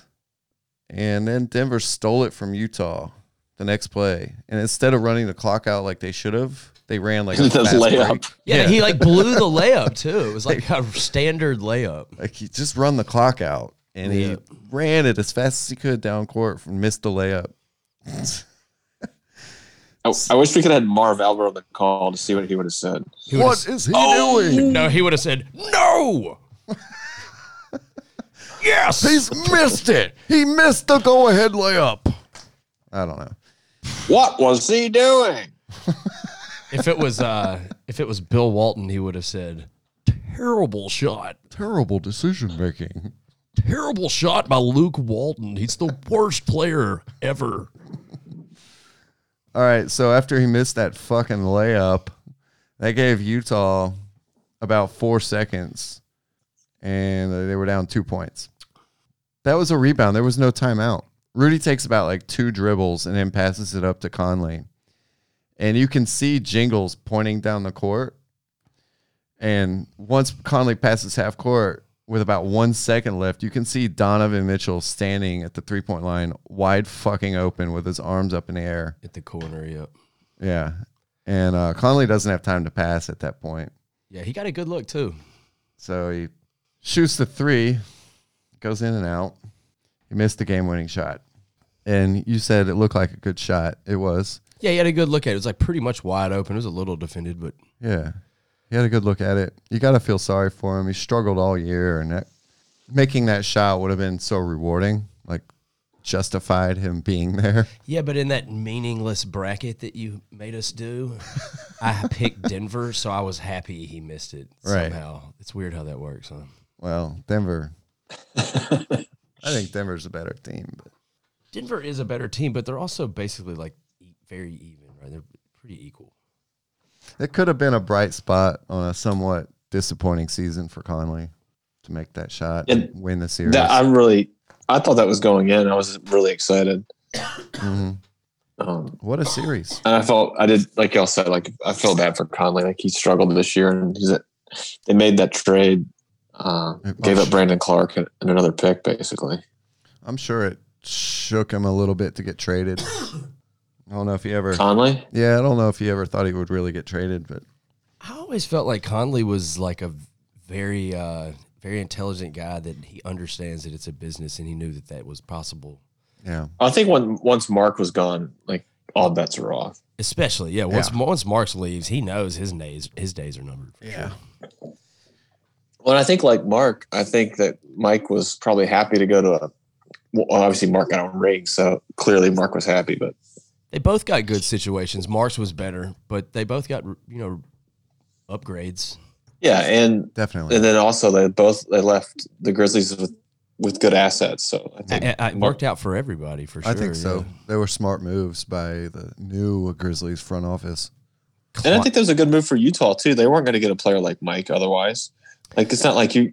And then Denver stole it from Utah the next play. And instead of running the clock out like they should have, they ran like a
The
fast
layup.
break.
Yeah, he like blew the layup too. It was like a standard layup.
like he just run the clock out. And
Yeah.
he ran it as fast as he could down court and missed the layup.
I, I wish we could have had Marv Albert on the call to see what he would have said.
He would've
What
s-
is he doing?
Oh, No, he would have said no. yes.
He's missed it. He missed the go ahead layup. I don't know.
What was he doing?
if it was uh if it was Bill Walton, he would have said, "Terrible shot,
Terrible decision making.
terrible shot by Luke Walton. He's the worst player ever."
All right, so after he missed that fucking layup, that gave Utah about four seconds, and they were down two points. That was a rebound. There was no timeout. Rudy takes about like two dribbles and then passes it up to Conley. And you can see Jingles pointing down the court. And once Conley passes half court with about one second left, you can see Donovan Mitchell standing at the three point line, wide fucking open with his arms up in the air.
at the corner. Yep.
Yeah. And uh, Conley doesn't have time to pass at that point.
Yeah, he got a good look too.
So he shoots the three, goes in and out. He missed the game winning shot. And you said it looked like a good shot. It was.
Yeah, he had a good look at it. It was like pretty much wide open. It was a little defended, but
Yeah. He had a good look at it. You got to feel sorry for him. He struggled all year, and that, making that shot would have been so rewarding, like justified him being there.
yeah, but in that meaningless bracket that you made us do, I picked Denver, so I was happy he missed it
Right.
somehow. It's weird how that works, huh?
Well, Denver. I think Denver's a better team, but
Denver is a better team, but they're also basically like e- very even, right? They're pretty equal.
It could have been a bright spot on a somewhat disappointing season for Conley to make that shot and
And
win the uh, series.
That, I'm really. I thought that was going in. I was really excited.
Mhm.
Um,
What a series.
and I felt I did like y'all said. Like I feel bad for Conley. Like he struggled this year, and he's at, they made that trade, uh,
It
gave
was-
up Brandon Clark and and another pick basically.
I'm sure it shook him a little bit to get traded. I don't know if he ever.
Conley.
Yeah, I don't know if he ever thought he would really get traded, but
I always felt like Conley was like a very, uh, very intelligent guy that he understands that it's a business and he knew that that was possible.
yeah,
I think when once Mark was gone, like all bets were off.
Especially, yeah. Once
Yeah.
once Marks leaves, he knows his days his days are numbered. For
Yeah.
sure.
Well, I think like Mark, I think that Mike was probably happy to go to a. Well, obviously Mark got on ring, so clearly Mark was happy. But
They both got good situations. Marks was better, but they both got you know upgrades.
yeah, and
definitely.
and then also they both they left the Grizzlies with with good assets. So I think
uh, It, it worked out for everybody for sure.
I think so.
yeah.
They were smart moves by the new Grizzlies front office.
and I think that was a good move for Utah too. They weren't going to get a player like Mike otherwise. Like it's not like you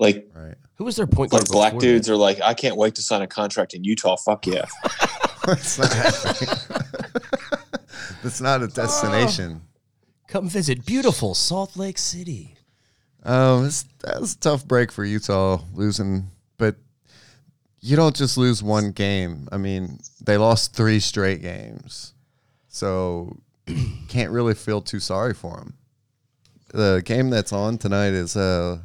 like
Right.
Who was their point guard?
like black
before
dudes
that?
are like I can't wait to sign a contract in Utah. Fuck yeah.
That's not happening. That's not a destination.
Come visit beautiful Salt Lake City.
Um, it's, that was a tough break for Utah losing, but you don't just lose one game. I mean, they lost three straight games, so can't really feel too sorry for them. The game that's on tonight is uh,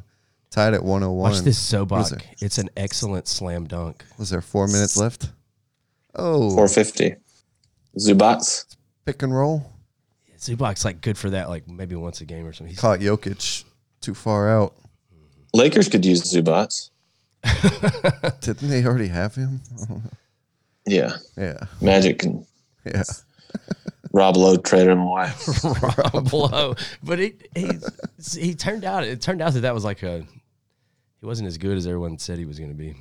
tied at 101.
Watch this
Was
Sobak.
it-
It's an excellent slam dunk.
Was there four minutes left? Oh,
Four fifty. Zubats.
pick and roll.
Zubak's like good for that, like maybe once a game or something. He's,
Caught Jokic too far out.
Lakers could use Zubats.
Didn't they already have him? I don't know.
Yeah.
yeah,
Magic and
yeah.
Rob Lowe traded him away.
a blow. But he, he he turned out it turned out that that was like a he wasn't as good as everyone said he was going to be.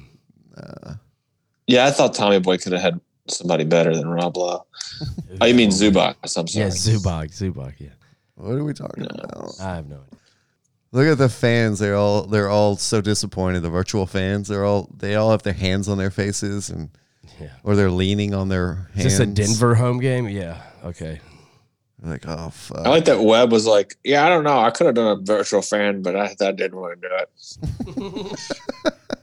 yeah, I thought Tommy Boy could have had somebody better than Rob Lowe. oh, you mean Zubats? I'm sorry.
Yeah, Zubak, Zubak. Yeah,
What are we talking about?
I have no idea.
Look at the fans. They're all they're all so disappointed. The virtual fans. They're all they all have their hands on their faces and
Yeah.
or they're leaning on their hands.
Is this a Denver home game? Yeah. Okay.
Like oh fuck.
I like that Webb was like, yeah, I don't know. I could have done a virtual fan, but I, I didn't want to do it.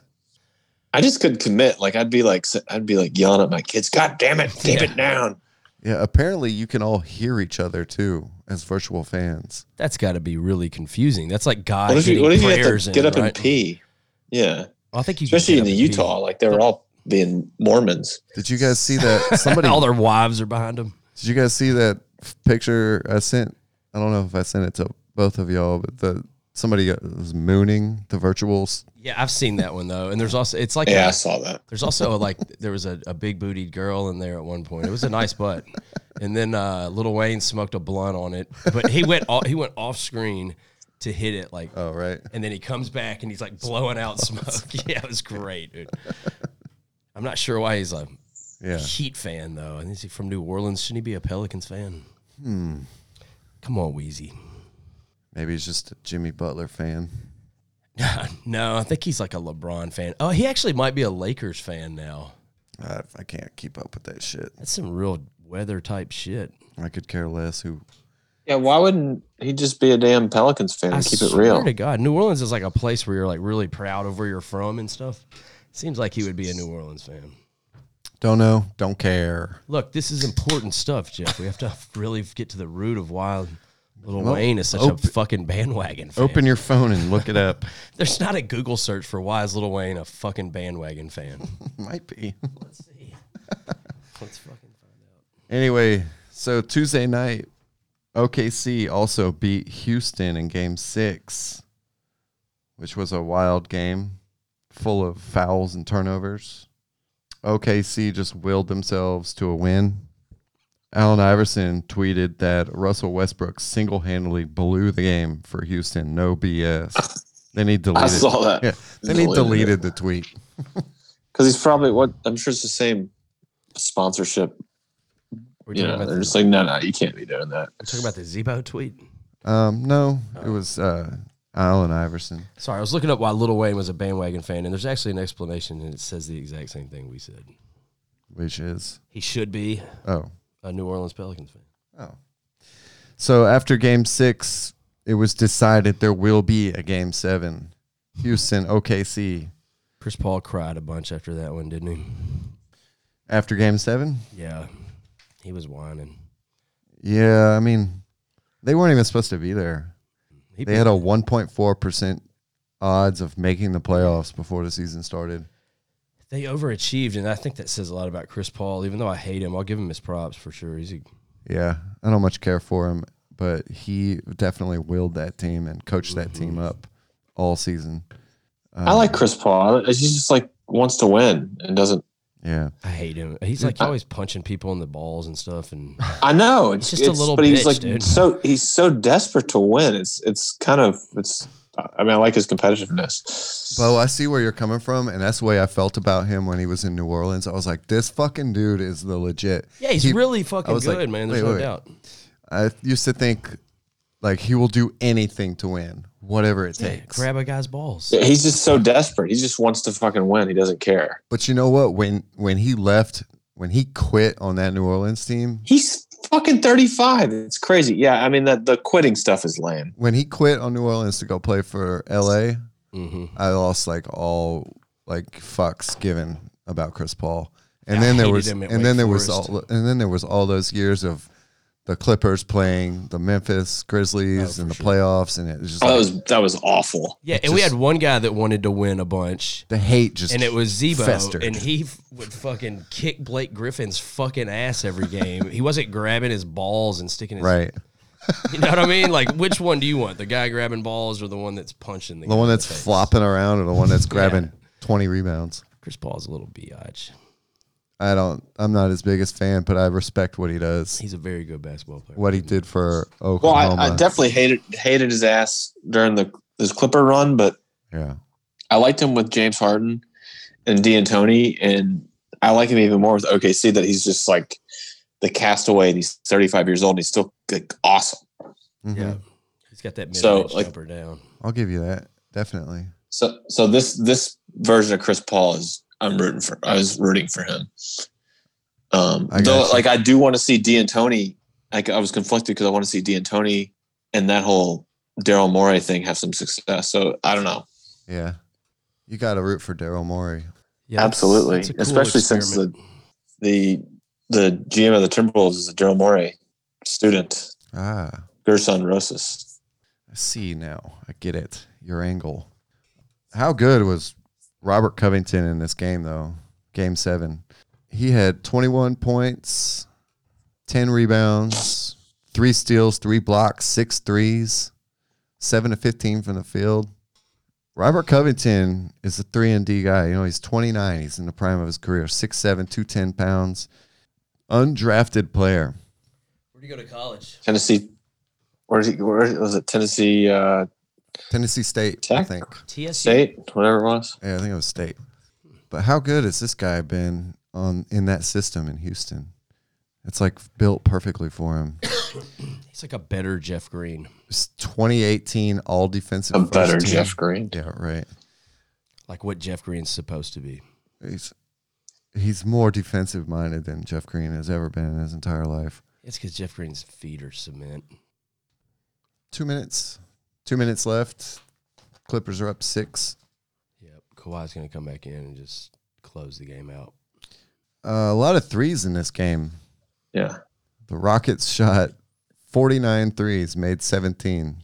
I just couldn't commit. Like I'd be like, I'd be like yelling at my kids, "God damn it, keep
Yeah.
it down!"
yeah. Apparently you can all hear each other too as virtual fans.
That's got to be really confusing. That's like God.
What if you
getting
What if you had
prayers
to
in,
get up and
right?
pee? Yeah,
Well, I think you can
especially
get
in
up
the
and pee.
Utah, like they were all being Mormons.
Did you guys see that? Somebody.
All their wives are behind them.
did you guys see that f- picture I sent? I don't know if I sent it to both of y'all, but the somebody was mooning the virtuals.
Yeah, I've seen that one though. And there's also it's like
Yeah, I
a,
saw that.
There's also like there was a, a big bootied girl in there at one point. It was a nice butt. And then uh, Little Wayne smoked a blunt on it, but he went off, he went off screen to hit it like,
Oh right.
and then he comes back and he's like blowing out smoke. yeah, it was great. Dude. I'm not sure why he's a
Yeah.
Heat fan though. And is he from New Orleans? Shouldn't he be a Pelicans fan?
Hmm.
Come on, Wheezy.
Maybe he's just a Jimmy Butler fan.
no, I think he's like a LeBron fan. Oh, he actually might be a Lakers fan now.
I, I can't keep up with that shit.
That's some real weather type shit.
I could care less who.
Yeah, why wouldn't he just be a damn Pelicans fan and keep it real?
swear to God, New Orleans is like a place where you're like really proud of where you're from and stuff. Seems like he would be a New Orleans fan.
Don't know. Don't care.
Look, this is important stuff, Jeff. We have to really get to the root of why Little
Well,
Wayne is such
op-
a fucking bandwagon. Fan.
Open your phone and look it up.
There's not a Google search for why is Little Wayne a fucking bandwagon fan.
Might be.
Let's see. Let's fucking find out.
Anyway, so Tuesday night, OKC also beat Houston in game six, which was a wild game full of fouls and turnovers. OKC just willed themselves to a win. Allen Iverson tweeted that Russell Westbrook single handedly blew the game for Houston. No BS. Then he deleted.
I saw that
Yeah, then he
Deleted
deleted the tweet.
because he's probably what I'm sure it's the same sponsorship.
We're
You
talking,
know,
about,
they're
the,
just like, no, no, you can't be doing that.
we're talking about the Zebo tweet.
Um, no, it was uh, Allen Iverson.
Sorry, I was looking up why Little Wayne was a bandwagon fan, and there's actually an explanation, and it says the exact same thing we said.
which is
He should be
oh
a New Orleans Pelicans fan.
oh. So after Game Six, it was decided there will be a Game Seven. Houston OKC
Chris Paul cried a bunch after that one, didn't he?
after Game Seven.
Yeah, he was whining.
Yeah, I mean, they weren't even supposed to be there.
He
They had a 1.4 percent odds of making the playoffs before the season started.
they overachieved, and I think that says a lot about Chris Paul. Even though I hate him, I'll give him his props for sure. He's a,
Yeah, I don't much care for him, but he definitely willed that team and coached that team up all season.
Uh-huh.
I like Chris Paul. He's just like wants to win and doesn't.
Yeah,
I hate him. He's like always punching people in the balls and stuff, and
I know
He's just a little
but
bitch,
he's like
dude.
so he's so desperate to win. It's it's kind of it's. I mean, I like his competitiveness.
Bo, I see where you're coming from, and that's the way I felt about him when he was in New Orleans. I was like, this fucking dude is the legit.
yeah, he's
He-
really
I
fucking
was
good,
like,
man. There's
wait,
no
wait.
doubt.
I used to think like he will do anything to win, whatever it takes.
Grab a guy's balls.
Yeah, he's just so desperate. He just wants to fucking win. He doesn't care.
But you know what? When when he left, when he quit on that New Orleans team,
He's fucking 35. It's crazy. Yeah, I mean that the quitting stuff is lame.
when he quit on New Orleans to go play for LA,
Mm-hmm.
I lost like all like fucks given about Chris Paul. And
Yeah, I
then there
hated
was
him
and
at
then
Wake
there was
Forest.
all and then there was all those years of the Clippers playing the Memphis Grizzlies
Oh,
and the
for sure.
playoffs and it was just
Oh, that
like,
was that was awful.
Yeah, and we had one guy that wanted to win a bunch,
the hate just
and it was Zebo,
festered.
and he f- would fucking kick Blake Griffin's fucking ass every game. he wasn't grabbing his balls and sticking his.
right.
You know what I mean? Like, which one do you want? The guy grabbing balls or the one that's punching the?
The one that's
flopping.
flopping around or the one that's grabbing 20 rebounds.
Chris Paul's a little biatch.
I don't I'm not his biggest fan, but I respect what he does.
He's a very good basketball player.
What he did for
Well,
Oh
Oklahoma.
I, I definitely hated hated his ass during the his Clipper run, but
yeah.
I liked him with James Harden and D'Antoni, and I like him even more with OKC that he's just like the castaway, and he's 35 years old, and he's still like awesome.
Mhm.
Yeah, he's got that mid-range
So, like-
jumper down.
I'll give you that. Definitely.
So, so this this version of Chris Paul is I'm rooting for. I was rooting for him. Um,
I
though,
gotcha.
like I do want to see D'Antoni. Like I was conflicted because I want to see D'Antoni and that whole Daryl Morey thing have some success. So I don't know.
Yeah. You got to root for Daryl Morey.
Yeah, that's-
Absolutely.
that's a cool
Especially since
experiment.
The the GM of the Timberwolves is a Daryl Morey student,
Ah.
Gerson Rosas.
I see now. I get it. Your angle. How good was Robert Covington in this game, though? Game seven. He had 21 points, 10 rebounds, three steals, three blocks, six threes, seven to 15 from the field. Robert Covington is a three and D guy. You know, he's 29. He's in the prime of his career. 6'7, 210 pounds. Undrafted player.
Where do you go to college?
Tennessee. Where, did he, where was it? Tennessee uh,
Tennessee State, I
Tech?
think.
TSU.
State, whatever it was.
Yeah, I think it was state. But how good has this guy been on in that system in Houston? It's like built perfectly for him.
He's like a better Jeff Green,
It's 2018 all defensive.
A
first
better
team.
Jeff Green.
Yeah, right.
like what Jeff Green's supposed to be.
He's he's more defensive minded than Jeff Green has ever been in his entire life.
It's because Jeff Green's feet are cement.
Two minutes. Two minutes left. Clippers are up six.
Yep. Kawhi's going to come back in and just close the game out.
Uh, a lot of threes in this game.
Yeah.
The Rockets shot 49 threes, made 17.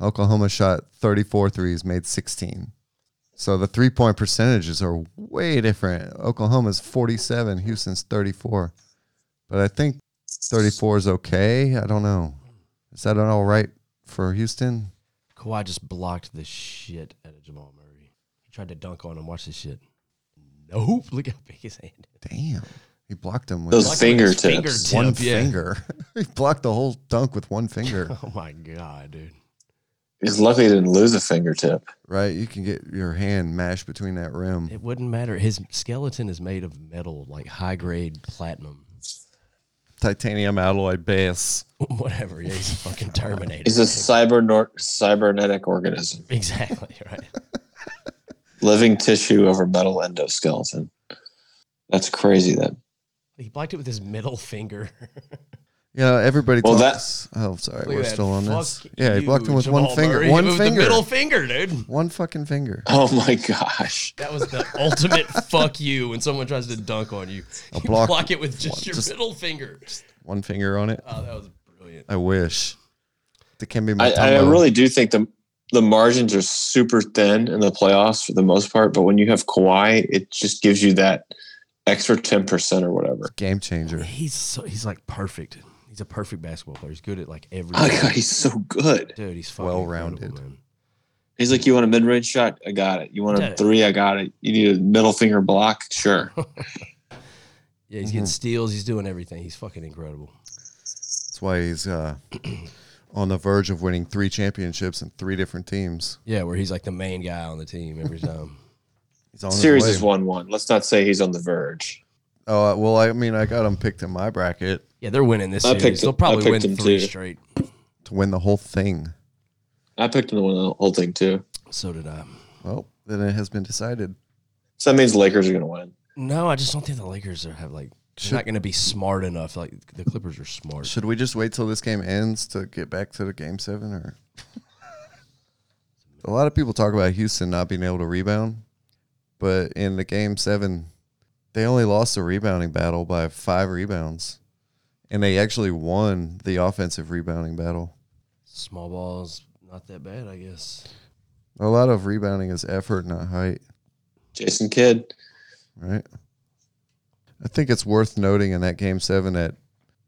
Oklahoma shot 34 threes, made 16. So the three point percentages are way different. Oklahoma's 47, Houston's 34. But I think 34 is okay. I don't know. Is that an all right for Houston?
Kawhi just blocked the shit out of Jamal Murray. He tried to dunk on him. Watch this shit. Nope. Look how big his hand is.
Damn. He blocked him with
Those
Blocked
like
him with his
fingertips.
one
fingertip, yeah.
finger. he blocked the whole dunk with one finger.
Oh my god, dude.
He's lucky he didn't lose a fingertip.
Right, you can get your hand mashed between that rim.
It wouldn't matter. His skeleton is made of metal, like high grade platinum.
Titanium alloy base.
Whatever. Yeah, he's a fucking Terminator.
He's a cyber nor- cybernetic organism,
exactly right.
living tissue over metal endoskeleton. That's crazy. That
He blocked it with his middle finger.
You know, everybody
Well, that-
talks. oh, sorry,
Look
we're
at that.
still on this.
Fuck
Yeah, he
you,
blocked him with one
Jamal
finger.
Murray.
One
With
finger.
The middle finger, dude.
one fucking finger.
oh my gosh,
That was the ultimate fuck you when someone tries to dunk on you.
A
You
block-
block, it with just your
just-
middle finger.
One finger on it.
Oh, that was brilliant.
I wish. That can be my
I, I
combo.
really do think the the margins are super thin in the playoffs for the most part. But when you have Kawhi, it just gives you that extra ten percent or whatever.
game changer.
He's so, he's like perfect. He's a perfect basketball player. He's good at like every.
Oh my god, he's so good.
dude, he's fucking
Well-rounded.
incredible, man.
He's like, you want a mid range shot? I got it. You want
Yeah.
a three? I got it. You need a middle finger block? Sure.
Yeah, he's getting steals. He's doing everything. He's fucking incredible.
That's why he's uh, on the verge of winning three championships and three different teams.
Yeah, where he's like the main guy on the team every time.
He's on his
Series
way.
is one one. Let's not say he's on the verge.
Oh uh, well, I mean, I got him picked in my bracket
yeah, they're winning this
I
series.
picked
They'll
him- I
probably
picked
win
him
three
too.
straight.
to win the whole thing.
I picked him to win the whole thing too.
So did I.
Well, then it has been decided.
So that means the Lakers are going to win.
No, I just don't think the Lakers are have like. They're
Should-
not going to be smart enough. Like the Clippers are smart.
Should we just wait till this game ends to get back to the game seven or a lot of people talk about Houston not being able to rebound, but in the game seven, they only lost the rebounding battle by five rebounds. And they actually won the offensive rebounding battle.
Small balls, not that bad, I guess.
A lot of rebounding is effort, not height,
Jason Kidd.
right? I think it's worth noting in that game seven that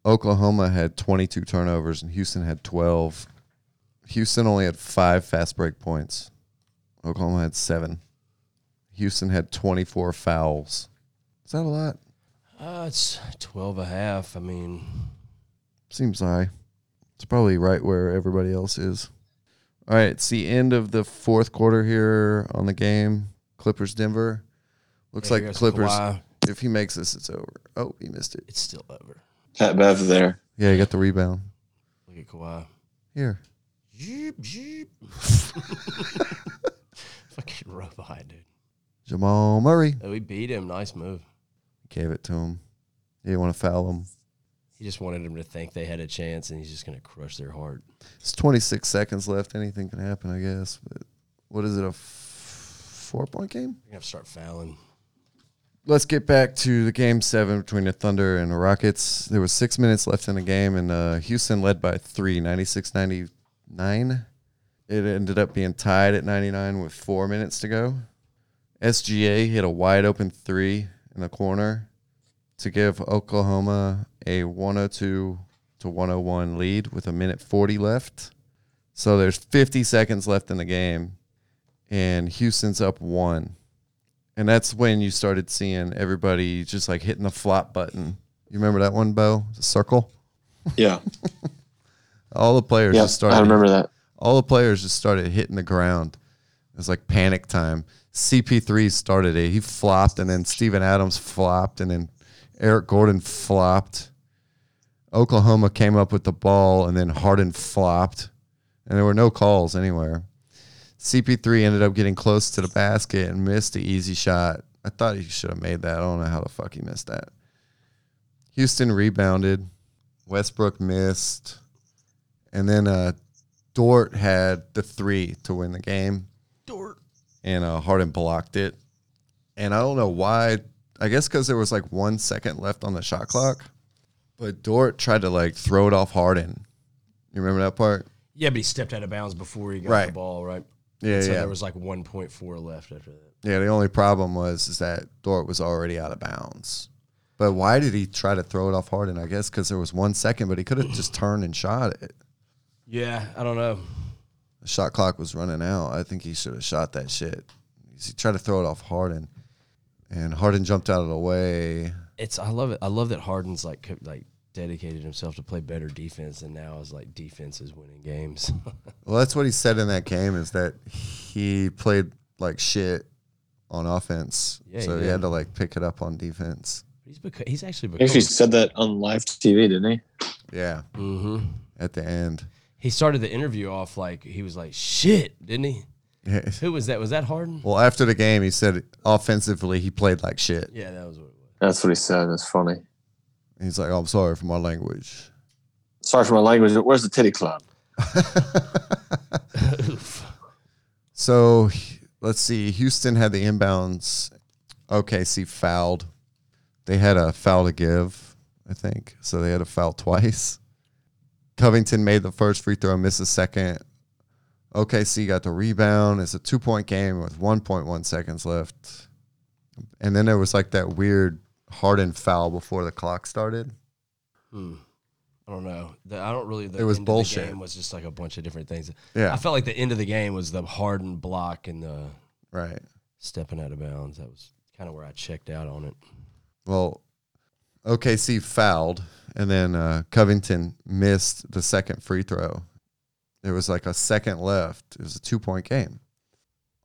Oklahoma had 22 turnovers and Houston had 12. Houston only had five fast break points. Oklahoma had seven. Houston had 24 fouls. Is that a lot?
Uh, it's 12 and a half. I mean,
Seems high. It's probably right where everybody else is. All right, it's the end of the fourth quarter here on the game. Clippers Denver. Looks
yeah,
like
here's
Clippers.
Kawhi.
If he makes this, it's over. Oh, he missed it.
It's still over.
Pat Bev there.
Yeah, he got the rebound.
Look at Kawhi.
Here.
Jeep, jeep. Fucking robot, dude.
Jamal Murray.
Oh, we beat him. Nice move.
Gave it to him. He didn't want to foul him.
He just wanted them to think they had a chance, and he's just going to crush their heart.
It's 26 seconds left. Anything can happen, I guess. But what is it, a f- four point game?
You're going to have to start fouling.
Let's get back to the game seven between the Thunder and the Rockets. There was six minutes left in the game, and uh, Houston led by three, 96 99. It ended up being tied at 99 with four minutes to go. SGA hit a wide open three in the corner to give Oklahoma a 102 to 101 lead with a minute 40 left. So there's 50 seconds left in the game, and Houston's up one and that's when you started seeing everybody just like hitting the flop button. You remember that one, Bo? The circle.
Yeah.
All the players
yeah.
just started.
I remember that.
All the players just started hitting the ground. It was like panic time. CP3 started it. He flopped, and then Steven Adams flopped, and then Eric Gordon flopped. Oklahoma came up with the ball and then Harden flopped, and there were no calls anywhere. CP3 ended up getting close to the basket and missed the easy shot. I thought he should have made that. I don't know how the fuck he missed that. Houston rebounded. Westbrook missed. And then uh, Dort had the three to win the game.
Dort.
And uh, Harden blocked it. And I don't know why. I guess because there was like one second left on the shot clock. But Dort tried to like throw it off Harden. You remember that part?
Yeah, but he stepped out of bounds before he got the
Right.
ball, right?
Yeah,
so
yeah.
there was like 1.4 left after that.
Yeah, the only problem was is that Dort was already out of bounds. But why did he try to throw it off Harden? I guess because there was one second, but he could have just turned and shot it.
Yeah, I don't know.
The shot clock was running out. I think he should have shot that shit. He tried to throw it off Harden, and Harden jumped out of the way.
It's I love it. I love that Harden's like co- like dedicated himself to play better defense, and now is like defense is winning games.
Well, that's what he said in that game is that he played like shit on offense,
Yeah,
so
he
he,
did.
had to like pick it up on defense.
he's beca- he's actually
He
become.
actually said that on live TV, didn't he?
Yeah,
hmm
at the end.
He started the interview off like he was like shit, didn't he? Who was that? Was that Harden?
Well, after the game, he said offensively he played like shit.
Yeah, that was what it was.
That's what he said. That's funny.
He's like, I'm sorry for my language.
Sorry for my language. but Where's the titty club?
Oof.
so h- let's see. Houston had the inbounds. OKC fouled. They had a foul to give, I think. So they had a foul twice. Covington made the first free throw, missed the second. OKC got the rebound. It's a two point game with 1.1 seconds left. And then there was like that weird Harden foul before the clock started.
Hmm. I don't know. The, I don't really. The
It was
end of
bullshit.
The game was just like a bunch of different things. I
Yeah,
felt like the end of the game was the Harden block and the
right.
stepping out of bounds. That was kind of where I checked out on it.
Well, OKC fouled, and then uh, Covington missed the second free throw. There was like a second left. It was a two point game.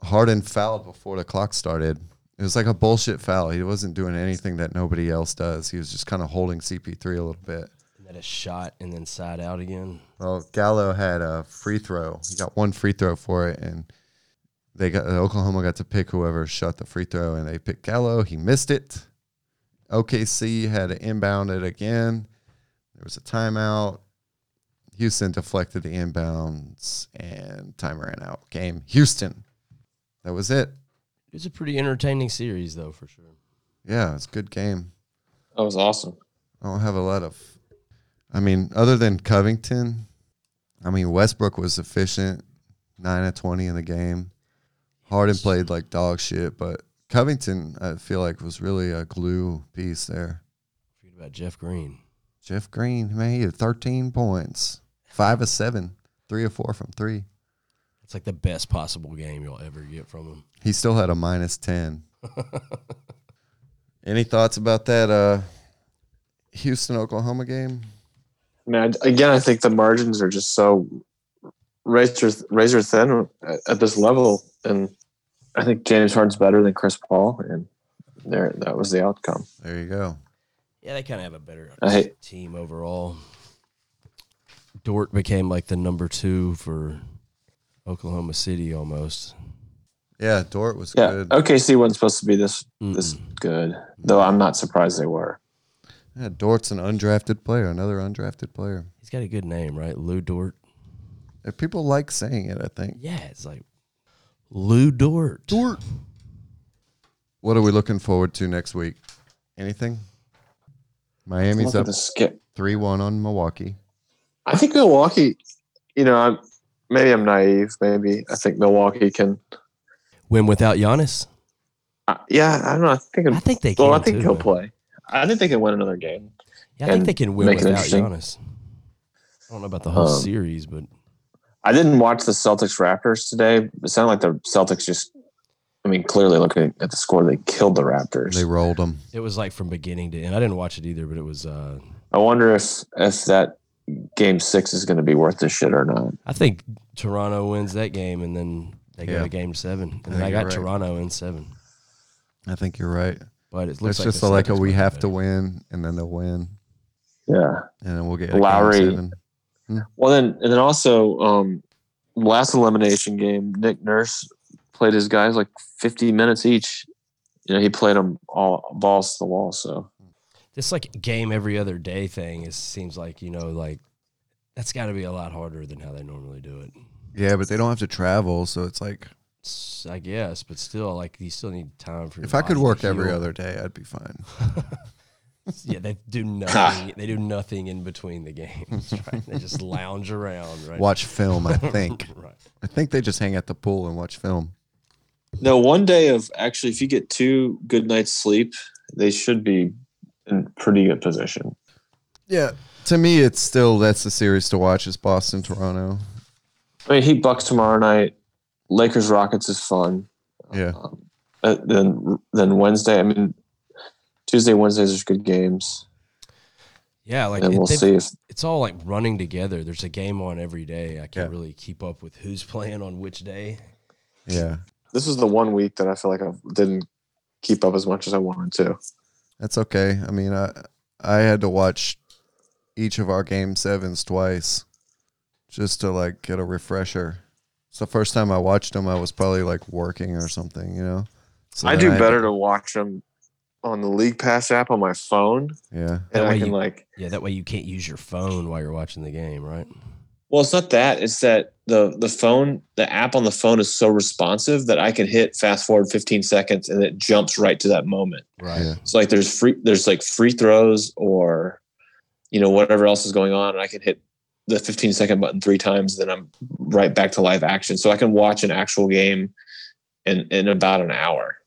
Harden fouled before the clock started. It was like a bullshit foul. He wasn't doing anything that nobody else does. He was just kind of holding CP3 a little bit.
And then a shot and then side out again.
Well, Gallo had a free throw. He got one free throw for it, and they got Oklahoma got to pick whoever shot the free throw, and they picked Gallo. He missed it. OKC had to inbound it again. There was a timeout. Houston deflected the inbounds, and time ran out. Game Houston. That was it.
It was a pretty entertaining series, though, for sure.
Yeah, it's a good game.
That was awesome.
I don't have a lot of. I mean, other than Covington, I mean Westbrook was efficient, nine of twenty in the game. Harden played like dog shit, but Covington, I feel like, was really a glue piece there.
Forget about Jeff Green.
Jeff Green, man, he had thirteen points, five of seven, three of four from three.
It's like the best possible game you'll ever get from him.
He still had a minus ten. Any thoughts about that uh, Houston Oklahoma game?
I mean, I, again, I think the margins are just so razor razor thin at, at this level, and I think James Harden's better than Chris Paul, and there that was the outcome.
There you go.
Yeah, they kind of have a better
I hate-
team overall. Dort became like the number two for Oklahoma City almost.
Yeah, Dort was
Yeah,
good.
OKC wasn't supposed to be this this
Mm-mm.
good, though. I'm not surprised they were.
Yeah, Dort's an undrafted player, another undrafted player.
He's got a good name, right? Lou Dort.
Uh, People like saying it, I think.
Yeah, it's like Lou Dort. Dort.
What are we looking forward to next week? Anything? Miami's
Look at
up
the skip.
3 1 on Milwaukee.
I think Milwaukee. You know, I'm, maybe I'm naive. Maybe I think Milwaukee can.
Win without Giannis.
Uh, yeah, I don't know. I think.
I think they can.
well, I think
too,
he'll
though.
play. I think they can win another game.
Yeah, I think
and
they can win
make it
without
interesting.
Giannis. I don't know about the whole
Um,
series, but
I didn't watch the Celtics Raptors today. It sounded like the Celtics just, I mean, clearly looking at the score, they killed the Raptors.
They rolled them.
it was like from beginning to end. I didn't watch it either, but it was. Uh,
I wonder if if that game six is going to be worth the shit or not.
I think Toronto wins that game, and then they go
Yeah.
to Game Seven, and
think
I, got
you're right.
Toronto in seven.
I think you're right.
But it looks
It's
like
just
the
like a
Celtics
we
might be
have to
better.
win, and then they'll win.
Yeah.
and then we'll get a game
Lowry.
seven.
Well, then, and then also, um, last elimination game, Nick Nurse played his guys like 50 minutes each. You know, he played them all balls to the wall. So
This like game every other day thing is seems like you know like that's got to be a lot harder than how they normally do it.
Yeah, but they don't have to travel, so it's like
S- I guess, but still, like you still need time for. your
if I could
body to
work every
heal.
other day, I'd be fine.
yeah, they do nothing. they do nothing in between the games. Right? They just lounge around. Right?
Watch film, I think.
right.
I think they just hang at the pool and watch film.
no, one day of actually, if you get two good nights sleep, they should be in pretty good position.
Yeah. To me, it's still that's the series to watch is Boston Toronto.
I mean, he Bucks tomorrow night. Lakers Rockets is fun.
Yeah.
Um, uh, then then Wednesday. I mean, Tuesday, Wednesdays are good games,
Yeah, like
and
it-
we'll
they've-
see if
it's all like running together. There's a game on every day. I can't
Yeah.
really keep up with who's playing on which day.
Yeah.
this was the one week that I feel like I didn't keep up as much as I wanted to.
That's okay. I mean, I I had to watch each of our game sevens twice just to like get a refresher. It's the first time I watched them. I was probably like working or something, you know. So
I
then
do
had
better to watch them on the League Pass app on my phone,
yeah,
and
That way
I can
you-
like.
Yeah, that way you can't use your phone while you're watching the game, right?
Well, it's not that. It's that the the phone, the app on the phone is so responsive that I can hit fast forward 15 seconds and it jumps right to that moment.
Right.
Yeah.
So like there's free there's like free throws or you know whatever else is going on and I can hit the 15 second button three times then I'm right back to live action so I can watch an actual game in in about an hour.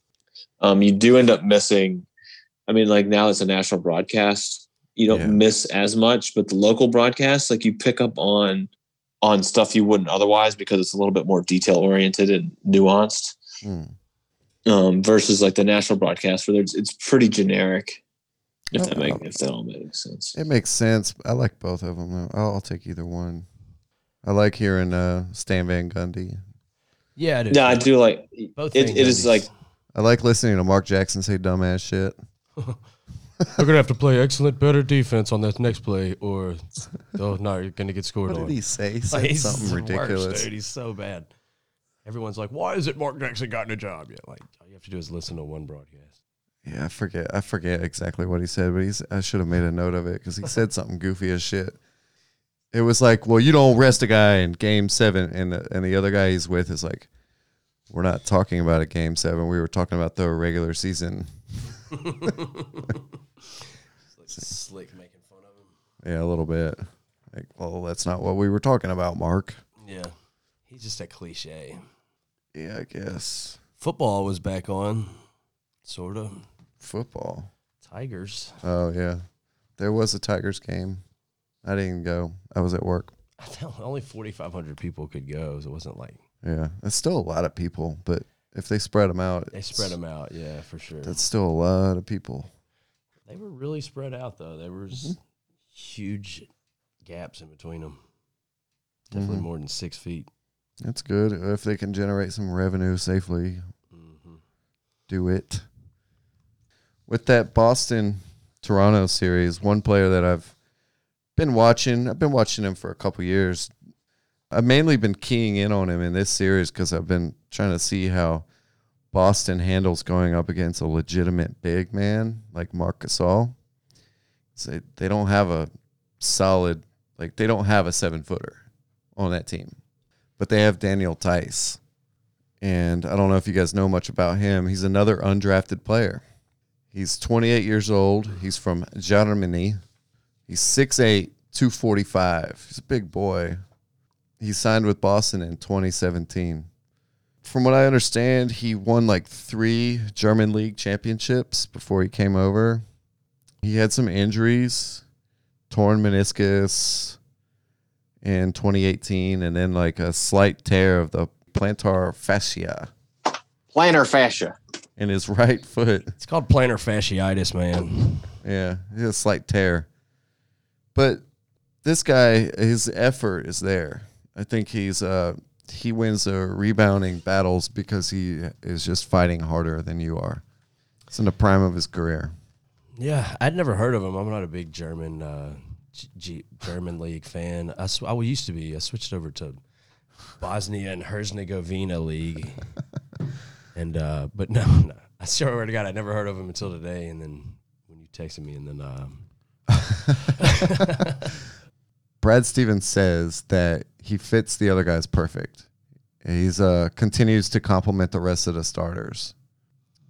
Um you do end up missing I mean like now it's a national broadcast you don't
Yeah.
miss as much but the local broadcast like you pick up on on stuff you wouldn't otherwise because it's a little bit more detail oriented and nuanced
Hmm.
um, versus like the national broadcast where there's, it's pretty generic. If that
Oh,
make
um,
if that all makes sense.
it makes sense. I like both of them. Though. I'll, I'll take either one. I like hearing uh, Stan Van Gundy.
Yeah, it is.
No, I do like
Both
it.
Van
It is
Gundys.
like
I like listening to Mark Jackson say dumbass shit.
We're gonna have to play excellent, better defense on that next play, or oh no, you're gonna get scored
What did
on.
he say? He
Like,
said
he's
something
the worst,
ridiculous.
dude. He's so bad. Everyone's like, "Why is it Mark Jackson gotten a job yet?" Like, all you have to do is listen to one broadcast.
Yeah, I forget. I forget exactly what he said, but he's. I should have made a note of it because he said something goofy as shit. It was like, well, you don't rest a guy in game seven, and the, and the other guy he's with is like, we're not talking about a game seven. We were talking about the regular season.
It's like slick making fun of him.
Yeah, a little bit. Like, well, that's not what we were talking about, Mark.
Yeah, he's just a cliche.
Yeah, I guess
Football was back on, sort of.
football.
Tigers.
Oh yeah, there was a Tigers game. I didn't go. I was at work.
I thought only 4,500 people could go, so it wasn't like
Yeah, it's still a lot of people, but if they spread them out,
they spread them out. Yeah, for sure.
That's still a lot of people.
They were really spread out though. There was huge gaps in between them. Definitely
Mhm.
more than six feet.
That's good. If they can generate some revenue safely,
hmm
do it. With that Boston Toronto series, one player that I've been watching, I've been watching him for a couple years. I've mainly been keying in on him in this series because I've been trying to see how Boston handles going up against a legitimate big man like Marc Gasol. So They, they don't have a solid, like, they don't have a seven footer on that team, but they have Daniel Tice. And I don't know if you guys know much about him. He's another undrafted player. He's 28 years old. He's from Germany. He's 6'8, 245. He's a big boy. He signed with Boston in 2017. From what I understand, he won like three German League championships before he came over. He had some injuries, torn meniscus in 2018, and then like a slight tear of the plantar fascia
plantar fascia.
in his right foot.
It's called plantar fasciitis, man.
Yeah, he had a slight tear. But this guy, his effort is there. I think he's uh he wins the rebounding battles because he is just fighting harder than you are. It's in the prime of his career.
Yeah, I'd never heard of him. I'm not a big German uh, G- G- German league fan. I, sw- I used to be. I switched over to Bosnia and Herzegovina league, and uh, but no, no, I swear to God, I never heard of him until today. And then when you texted me, and then um,
Brad Stevens says that he fits the other guys perfect. He's uh continues to compliment the rest of the starters.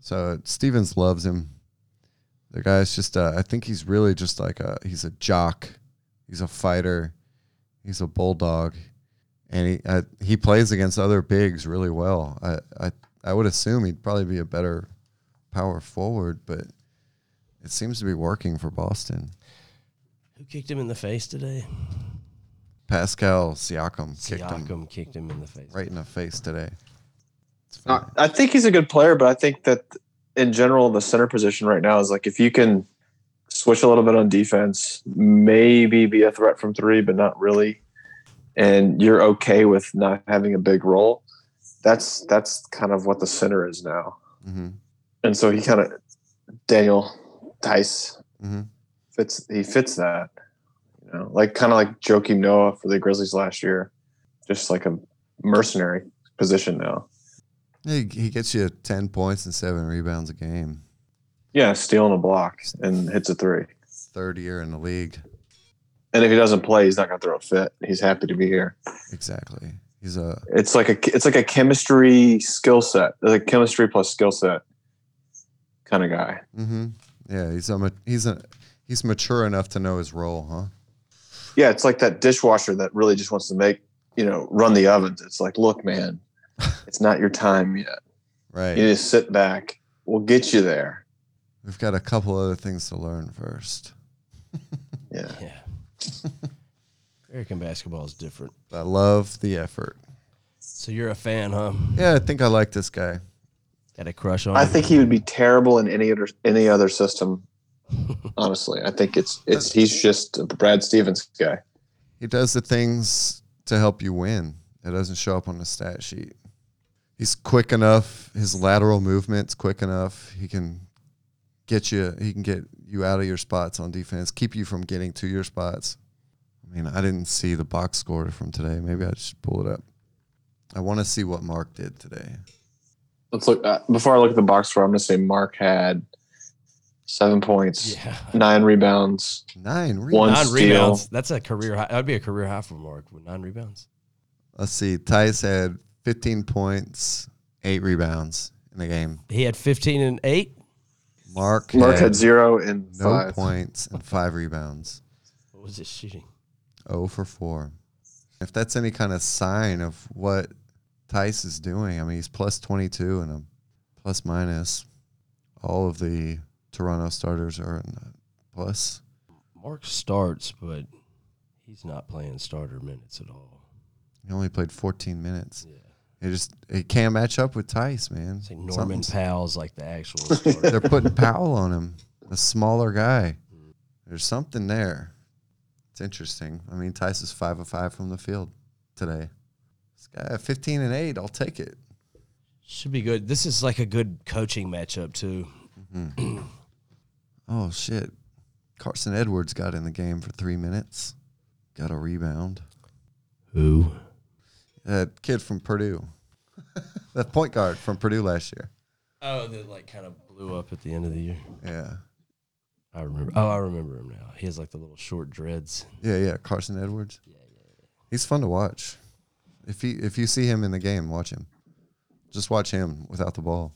So Stevens loves him. The guy's just uh, I think he's really just like a he's a jock. He's a fighter. He's a bulldog. And he uh, he plays against other bigs really well. I, I I would assume he'd probably be a better power forward, but it seems to be working for Boston.
who kicked him in the face today?
Pascal Siakam kicked him.
Siakam kicked him in the face.
right in the face today. It's
I
fine.
I think he's a good player, but I think that in general, the center position right now is like if you can switch a little bit on defense, maybe be a threat from three, but not really, and you're okay with not having a big role. That's that's kind of what the center is now,
Mhm,
and so he kind of Daniel Tice
mhm.
fits he fits that, you know, like kind of like Joakim Noah for the Grizzlies last year, just like a mercenary position now.
He, he gets you 10 points and seven rebounds a game.
Yeah, stealing a block and hits a three.
Third year in the league.
And if he doesn't play, he's not going to throw a fit. He's happy to be here.
Exactly. He's a
It's like a it's like a chemistry skill set, like chemistry plus skill set kind of guy.
hmm yeah. He's a ma- he's a he's mature enough to know his role, huh?
Yeah, it's like that dishwasher that really just wants to make you know run the ovens. It's like, look, man, it's not your time yet.
Right.
You just sit back. We'll get you there.
We've got a couple other things to learn first.
Yeah,
Yeah. American basketball is different.
I love the effort.
So you're a fan, huh?
Yeah, I think I like this guy.
Got a crush on.
I
him?
think he would be terrible in any other any other system. Honestly, I think it's it's he's just a Brad Stevens guy.
He does the things to help you win. It doesn't show up on the stat sheet. He's quick enough. His lateral movement's quick enough. He can get you. He can get you out of your spots on defense. Keep you from getting to your spots. I mean, I didn't see the box score from today. Maybe I should pull it up. I want to see what Mark did today.
let's look uh, before I look at the box score. I'm going to say Mark had seven points,
Yeah.
nine rebounds.
Nine
One
rebounds.
nine
steal.
rebounds. That's a career high. That'd be a career high for Mark with nine rebounds.
Let's see. Tice had 15 points, eight rebounds in the game.
He had 15 and eight.
Mark,
Mark
had,
had zero and
no
five.
points and five rebounds.
What was his shooting?
0 for 4. If that's any kind of sign of what Tice is doing, I mean, he's plus 22 and a plus minus. All of the Toronto starters are in the plus.
Mark starts, but he's not playing starter minutes at all.
He only played 14 minutes.
Yeah.
It just it can't match up with Tice, man.
It's like Norman
Something's-
Powell's like the actual starter.
They're putting Powell on him, a smaller guy.
Mm.
There's something there. It's interesting. I mean, Tice is 5 of 5 from the field today. This guy at 15 and 8, I'll take it.
Should be good. This is like a good coaching matchup too.
Oh shit. Carson Edwards got in the game for three minutes. Got a rebound.
Who?
That kid from Purdue. that point guard from Purdue last year.
Oh, that like kind of blew up at the end of the year.
Yeah.
I remember. Oh, I remember him now. He has like the little short dreads.
Yeah, yeah. Carson Edwards. He's fun to watch. If he if you see him in the game, watch him. Just watch him without the ball.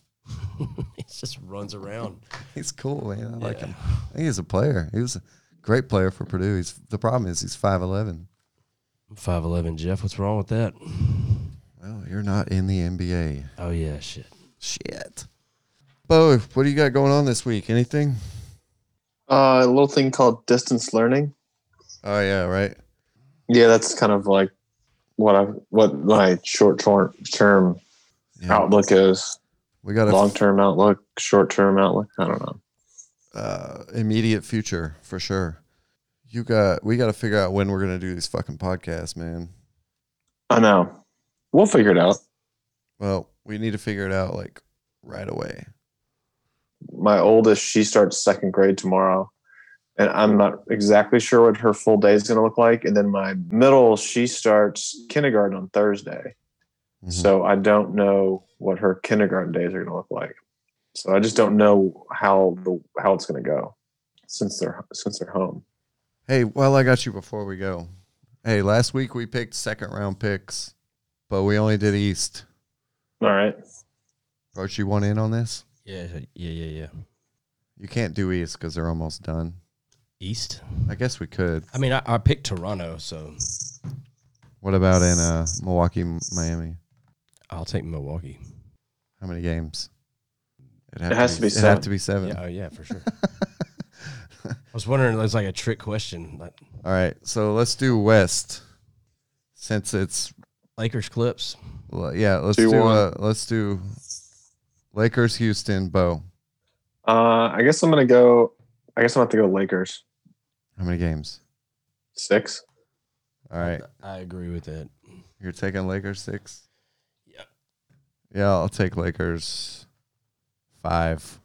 he just runs around.
He's cool, man. I like him. I think he's a player. He was a great player for Purdue. He's the problem is he's five eleven.
Five eleven, Jeff. What's wrong with that?
Well, you're not in the NBA.
Oh yeah, shit.
Shit. Bo, what do you got going on this week? Anything?
Uh, a little thing called distance learning.
Oh yeah, right.
Yeah, that's kind of like what I what my short tor- term
Yeah.
outlook is.
We got a
Oh, Long term outlook, short term outlook. I don't know.
uh, immediate future for sure. You got we got to figure out when we're gonna do these fucking podcasts, man.
I know. We'll figure it out.
Well, we need to figure it out like right away.
my oldest, she starts second grade tomorrow. And I'm not exactly sure what her full day is going to look like. And then my middle, she starts kindergarten on Thursday.
Mhm.
So I don't know what her kindergarten days are going to look like. So I just don't know how the how it's going to go since they're since they're home.
Hey, while I got you before we go. Hey, last week we picked second round picks, but we only did East.
All right.
Bro, you want in on this?
Yeah, yeah, yeah, yeah.
You can't do East because they're almost done.
East.
I guess we could.
I mean, I, I picked Toronto, so
What about in uh, Milwaukee, M- Miami?
I'll take Milwaukee.
How many games?
It has to be
It have to be seven.
Yeah, oh yeah, for sure. I was wondering, it was like a trick question. Like
All right, so let's do West, since it's
Lakers clips.
well, yeah. Let's
Two,
do
one.
uh, let's do Lakers, Houston, Bo.
Uh, I guess I'm going to go. I guess I'm going to have to go Lakers
How many games?
six.
All right,
I agree with that.
you're taking Lakers six.
Yeah.
Yeah, I'll take Lakers five.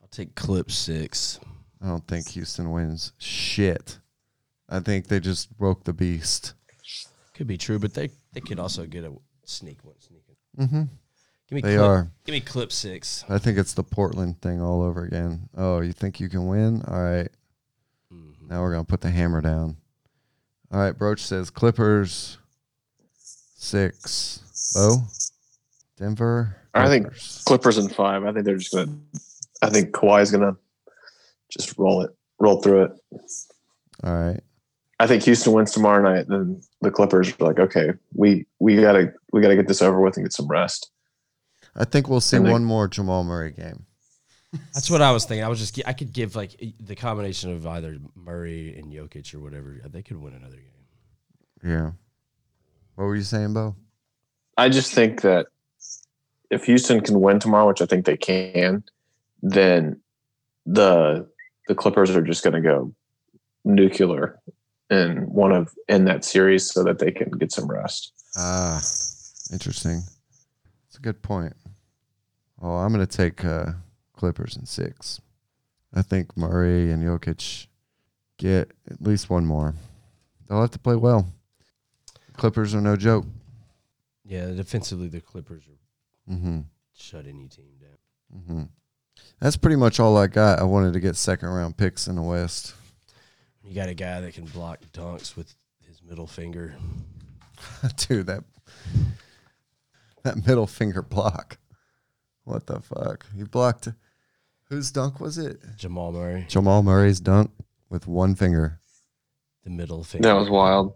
I'll take clip six.
I don't think Houston wins shit. I think they just broke the beast.
Could be true, but they they could also get a sneak one. Sneak. in.
Mm-hmm.
Give me
They
clip,
are.
Give me clip six.
I think it's the Portland thing all over again. Oh, you think you can win? All right.
Mhm.
Now we're going to put the hammer down. All right. Broach says Clippers, six. Bo, Denver.
I think
Clippers.
Clippers in five. I think they're just going to. I think Kawhi's going to just roll it, roll through it.
All right.
I think Houston wins tomorrow night. Then the Clippers are like, okay, we we gotta we gotta get this over with and get some rest.
I think we'll see
And they-
one more Jamal Murray game.
That's what I was thinking. I was just gi- I could give like e- the combination of either Murray and Jokic or whatever. They could win another game.
Yeah. What were you saying, Bo?
I just think that if Houston can win tomorrow, which I think they can, then the the Clippers are just going to go nuclear in one of in that series so that they can get some rest.
Ah, interesting. It's a good point. Oh, I'm going to take uh, Clippers in six. I think Murray and Jokic get at least one more. They'll have to play well. Clippers are no joke.
Yeah, defensively the Clippers are
Mm-hmm.
shut any team down.
Mm-hmm. That's pretty much all I got. I wanted to get second round picks in the West.
You got a guy that can block dunks with his middle finger.
Dude, that that middle finger block. What the fuck? He blocked. Whose dunk was it?
Jamal Murray,
Jamal Murray's dunk with one finger.
the middle finger.
That was wild.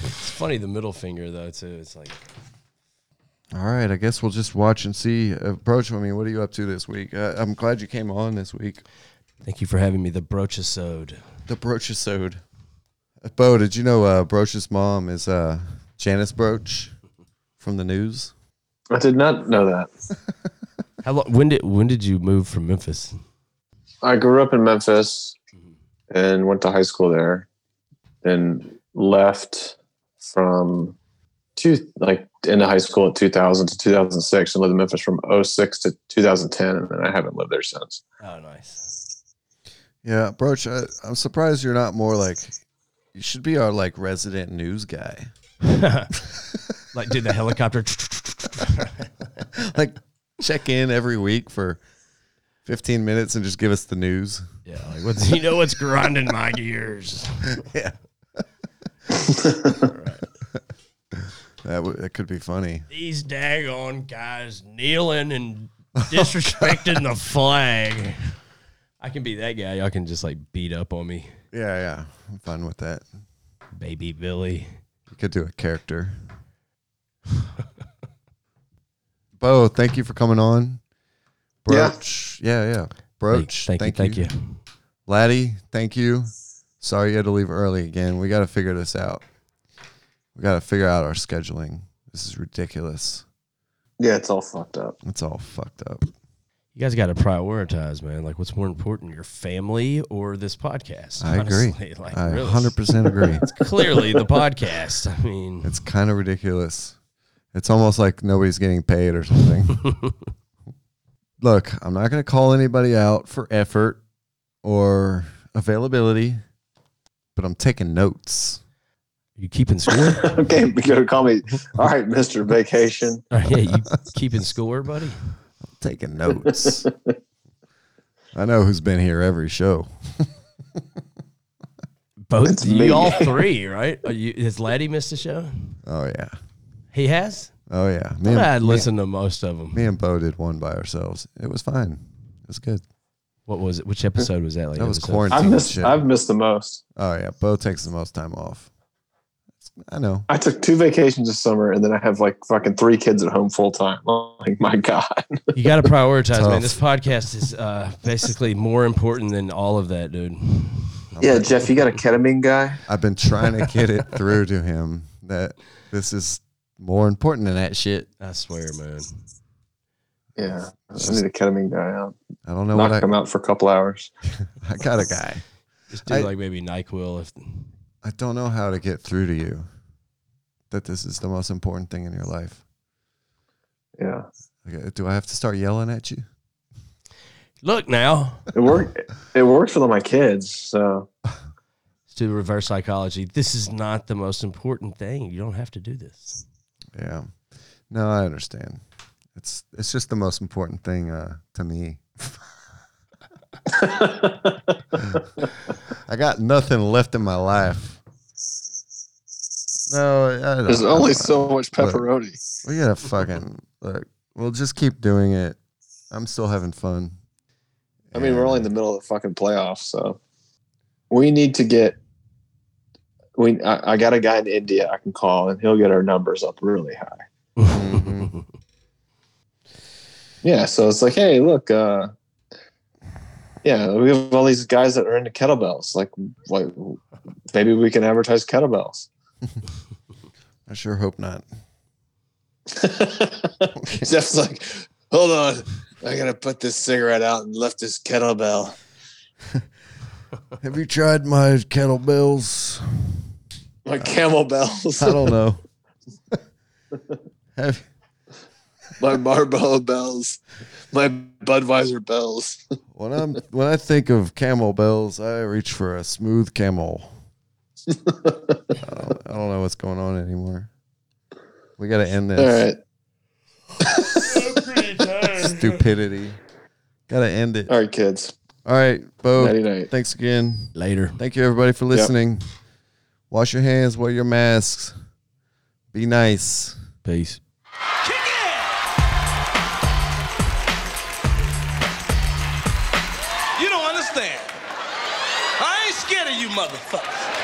It's funny the middle finger though too. It's like
All right, I guess we'll just watch and see. Approach. I mean, what are you up to this week? Uh, I'm glad you came on this week.
thank you for having me. The broachisode.
The Broachisode. Uh, Bo, did you know uh, Broach's mom is uh, Janice Broach from the news?
I did not know that.
How long? When did when did you move from Memphis?
I grew up in Memphis and went to high school there, then left from two like into high school at 2000 to 2006 and lived in Memphis from 06 to 2010 and then I haven't lived there since.
Oh, nice.
Yeah, Broach, I, I'm surprised you're not more like, you should be our like resident news guy.
like did the helicopter?
like, check in every week for 15 minutes and just give us the news.
yeah, like what's you know what's grinding my gears?
Yeah. That, w- that could be funny.
These daggone guys kneeling and disrespecting the flag. I can be that guy. Y'all can just like beat up on me,
Yeah, yeah. I'm fine with that.
baby Billy.
You could do a character. Bo, thank you for coming on.
Yeah.
Broach. Yeah, yeah. Broach.
thank, thank you, thank you.
Laddie, thank you. Sorry you had to leave early again. We got to figure this out. We got to figure out our scheduling. This is ridiculous.
Yeah, it's all fucked up.
It's all fucked up.
You guys got to prioritize, man. Like, what's more important, your family or this podcast?
I agree.
Honestly, Like,
I
really,
100% agree.
clearly the podcast. I mean,
It's kind of ridiculous. It's almost like nobody's getting paid or something. look, I'm not going to call anybody out for effort or availability, but I'm taking notes.
You keeping score?
okay, you gotta call me. All right, Mister Vacation.
yeah, you keeping score, buddy?
I'm taking notes. I know who's been here every show.
Both
It's
you,
me.
all three, right? Are you, has Laddie missed a show?
Oh yeah,
He has.
oh yeah. Me
I would
and,
listened to most of them.
me and Bo did one by ourselves. It was fine. It was good.
What was it? Which episode was that? Like
That was
episode-
quarantine.
I've missed.
shit.
I've missed the most.
Oh yeah, Bo takes the most time off. I know.
I took two vacations this summer, and then I have like fucking three kids at home full time. Like my god,
You got to prioritize, man.
Tough.
This podcast is uh, basically more important than all of that, dude.
yeah, Jeff, you got a ketamine guy?
I've been trying to get it through to him that this is more important than that shit.
I swear, man.
Yeah, I just need a ketamine guy out.
I don't know
Knock
what I,
him out for a couple hours.
I got a guy.
Just do
I-
like maybe Nyquil. If
I don't know how to get through to you that this is the most important thing in your life.
Yeah,
Okay, do I have to start yelling at you?
look now,
it worked. It worked for my kids. So
let's do reverse psychology. This is not the most important thing. You don't have to do this.
Yeah. No, I understand. It's it's just the most important thing uh, to me. I got nothing left in my life. No, I don't.
There's
know.
only so much pepperoni.
We gotta fucking look. We'll just keep doing it. I'm still having fun.
I mean, we're only in the middle of the fucking playoffs, so we need to get. We I, I got a guy in India I can call, and he'll get our numbers up really high.
Mhm.
Yeah, so it's like, hey, look, uh, yeah, we have all these guys that are into kettlebells. Like, like maybe we can advertise kettlebells.
I sure hope not.
Jeff's like, hold on. I gotta put this cigarette out and left this kettlebell.
Have you tried my kettlebells?
My camel bells.
I don't know. Have
my Marlboro bells, my Budweiser bells.
when I'm when I think of camel bells, I reach for a smooth camel. I, don't, I don't know what's going on anymore. We got to end
All
this
right,
stupidity. Got to end it.
all right, kids.
All right,
Nighty
Bo.
night.
Thanks again.
Later.
Thank you everybody for listening. Wash your hands, wear your masks, be nice.
Peace.
You don't understand. I ain't scared of you motherfuckers.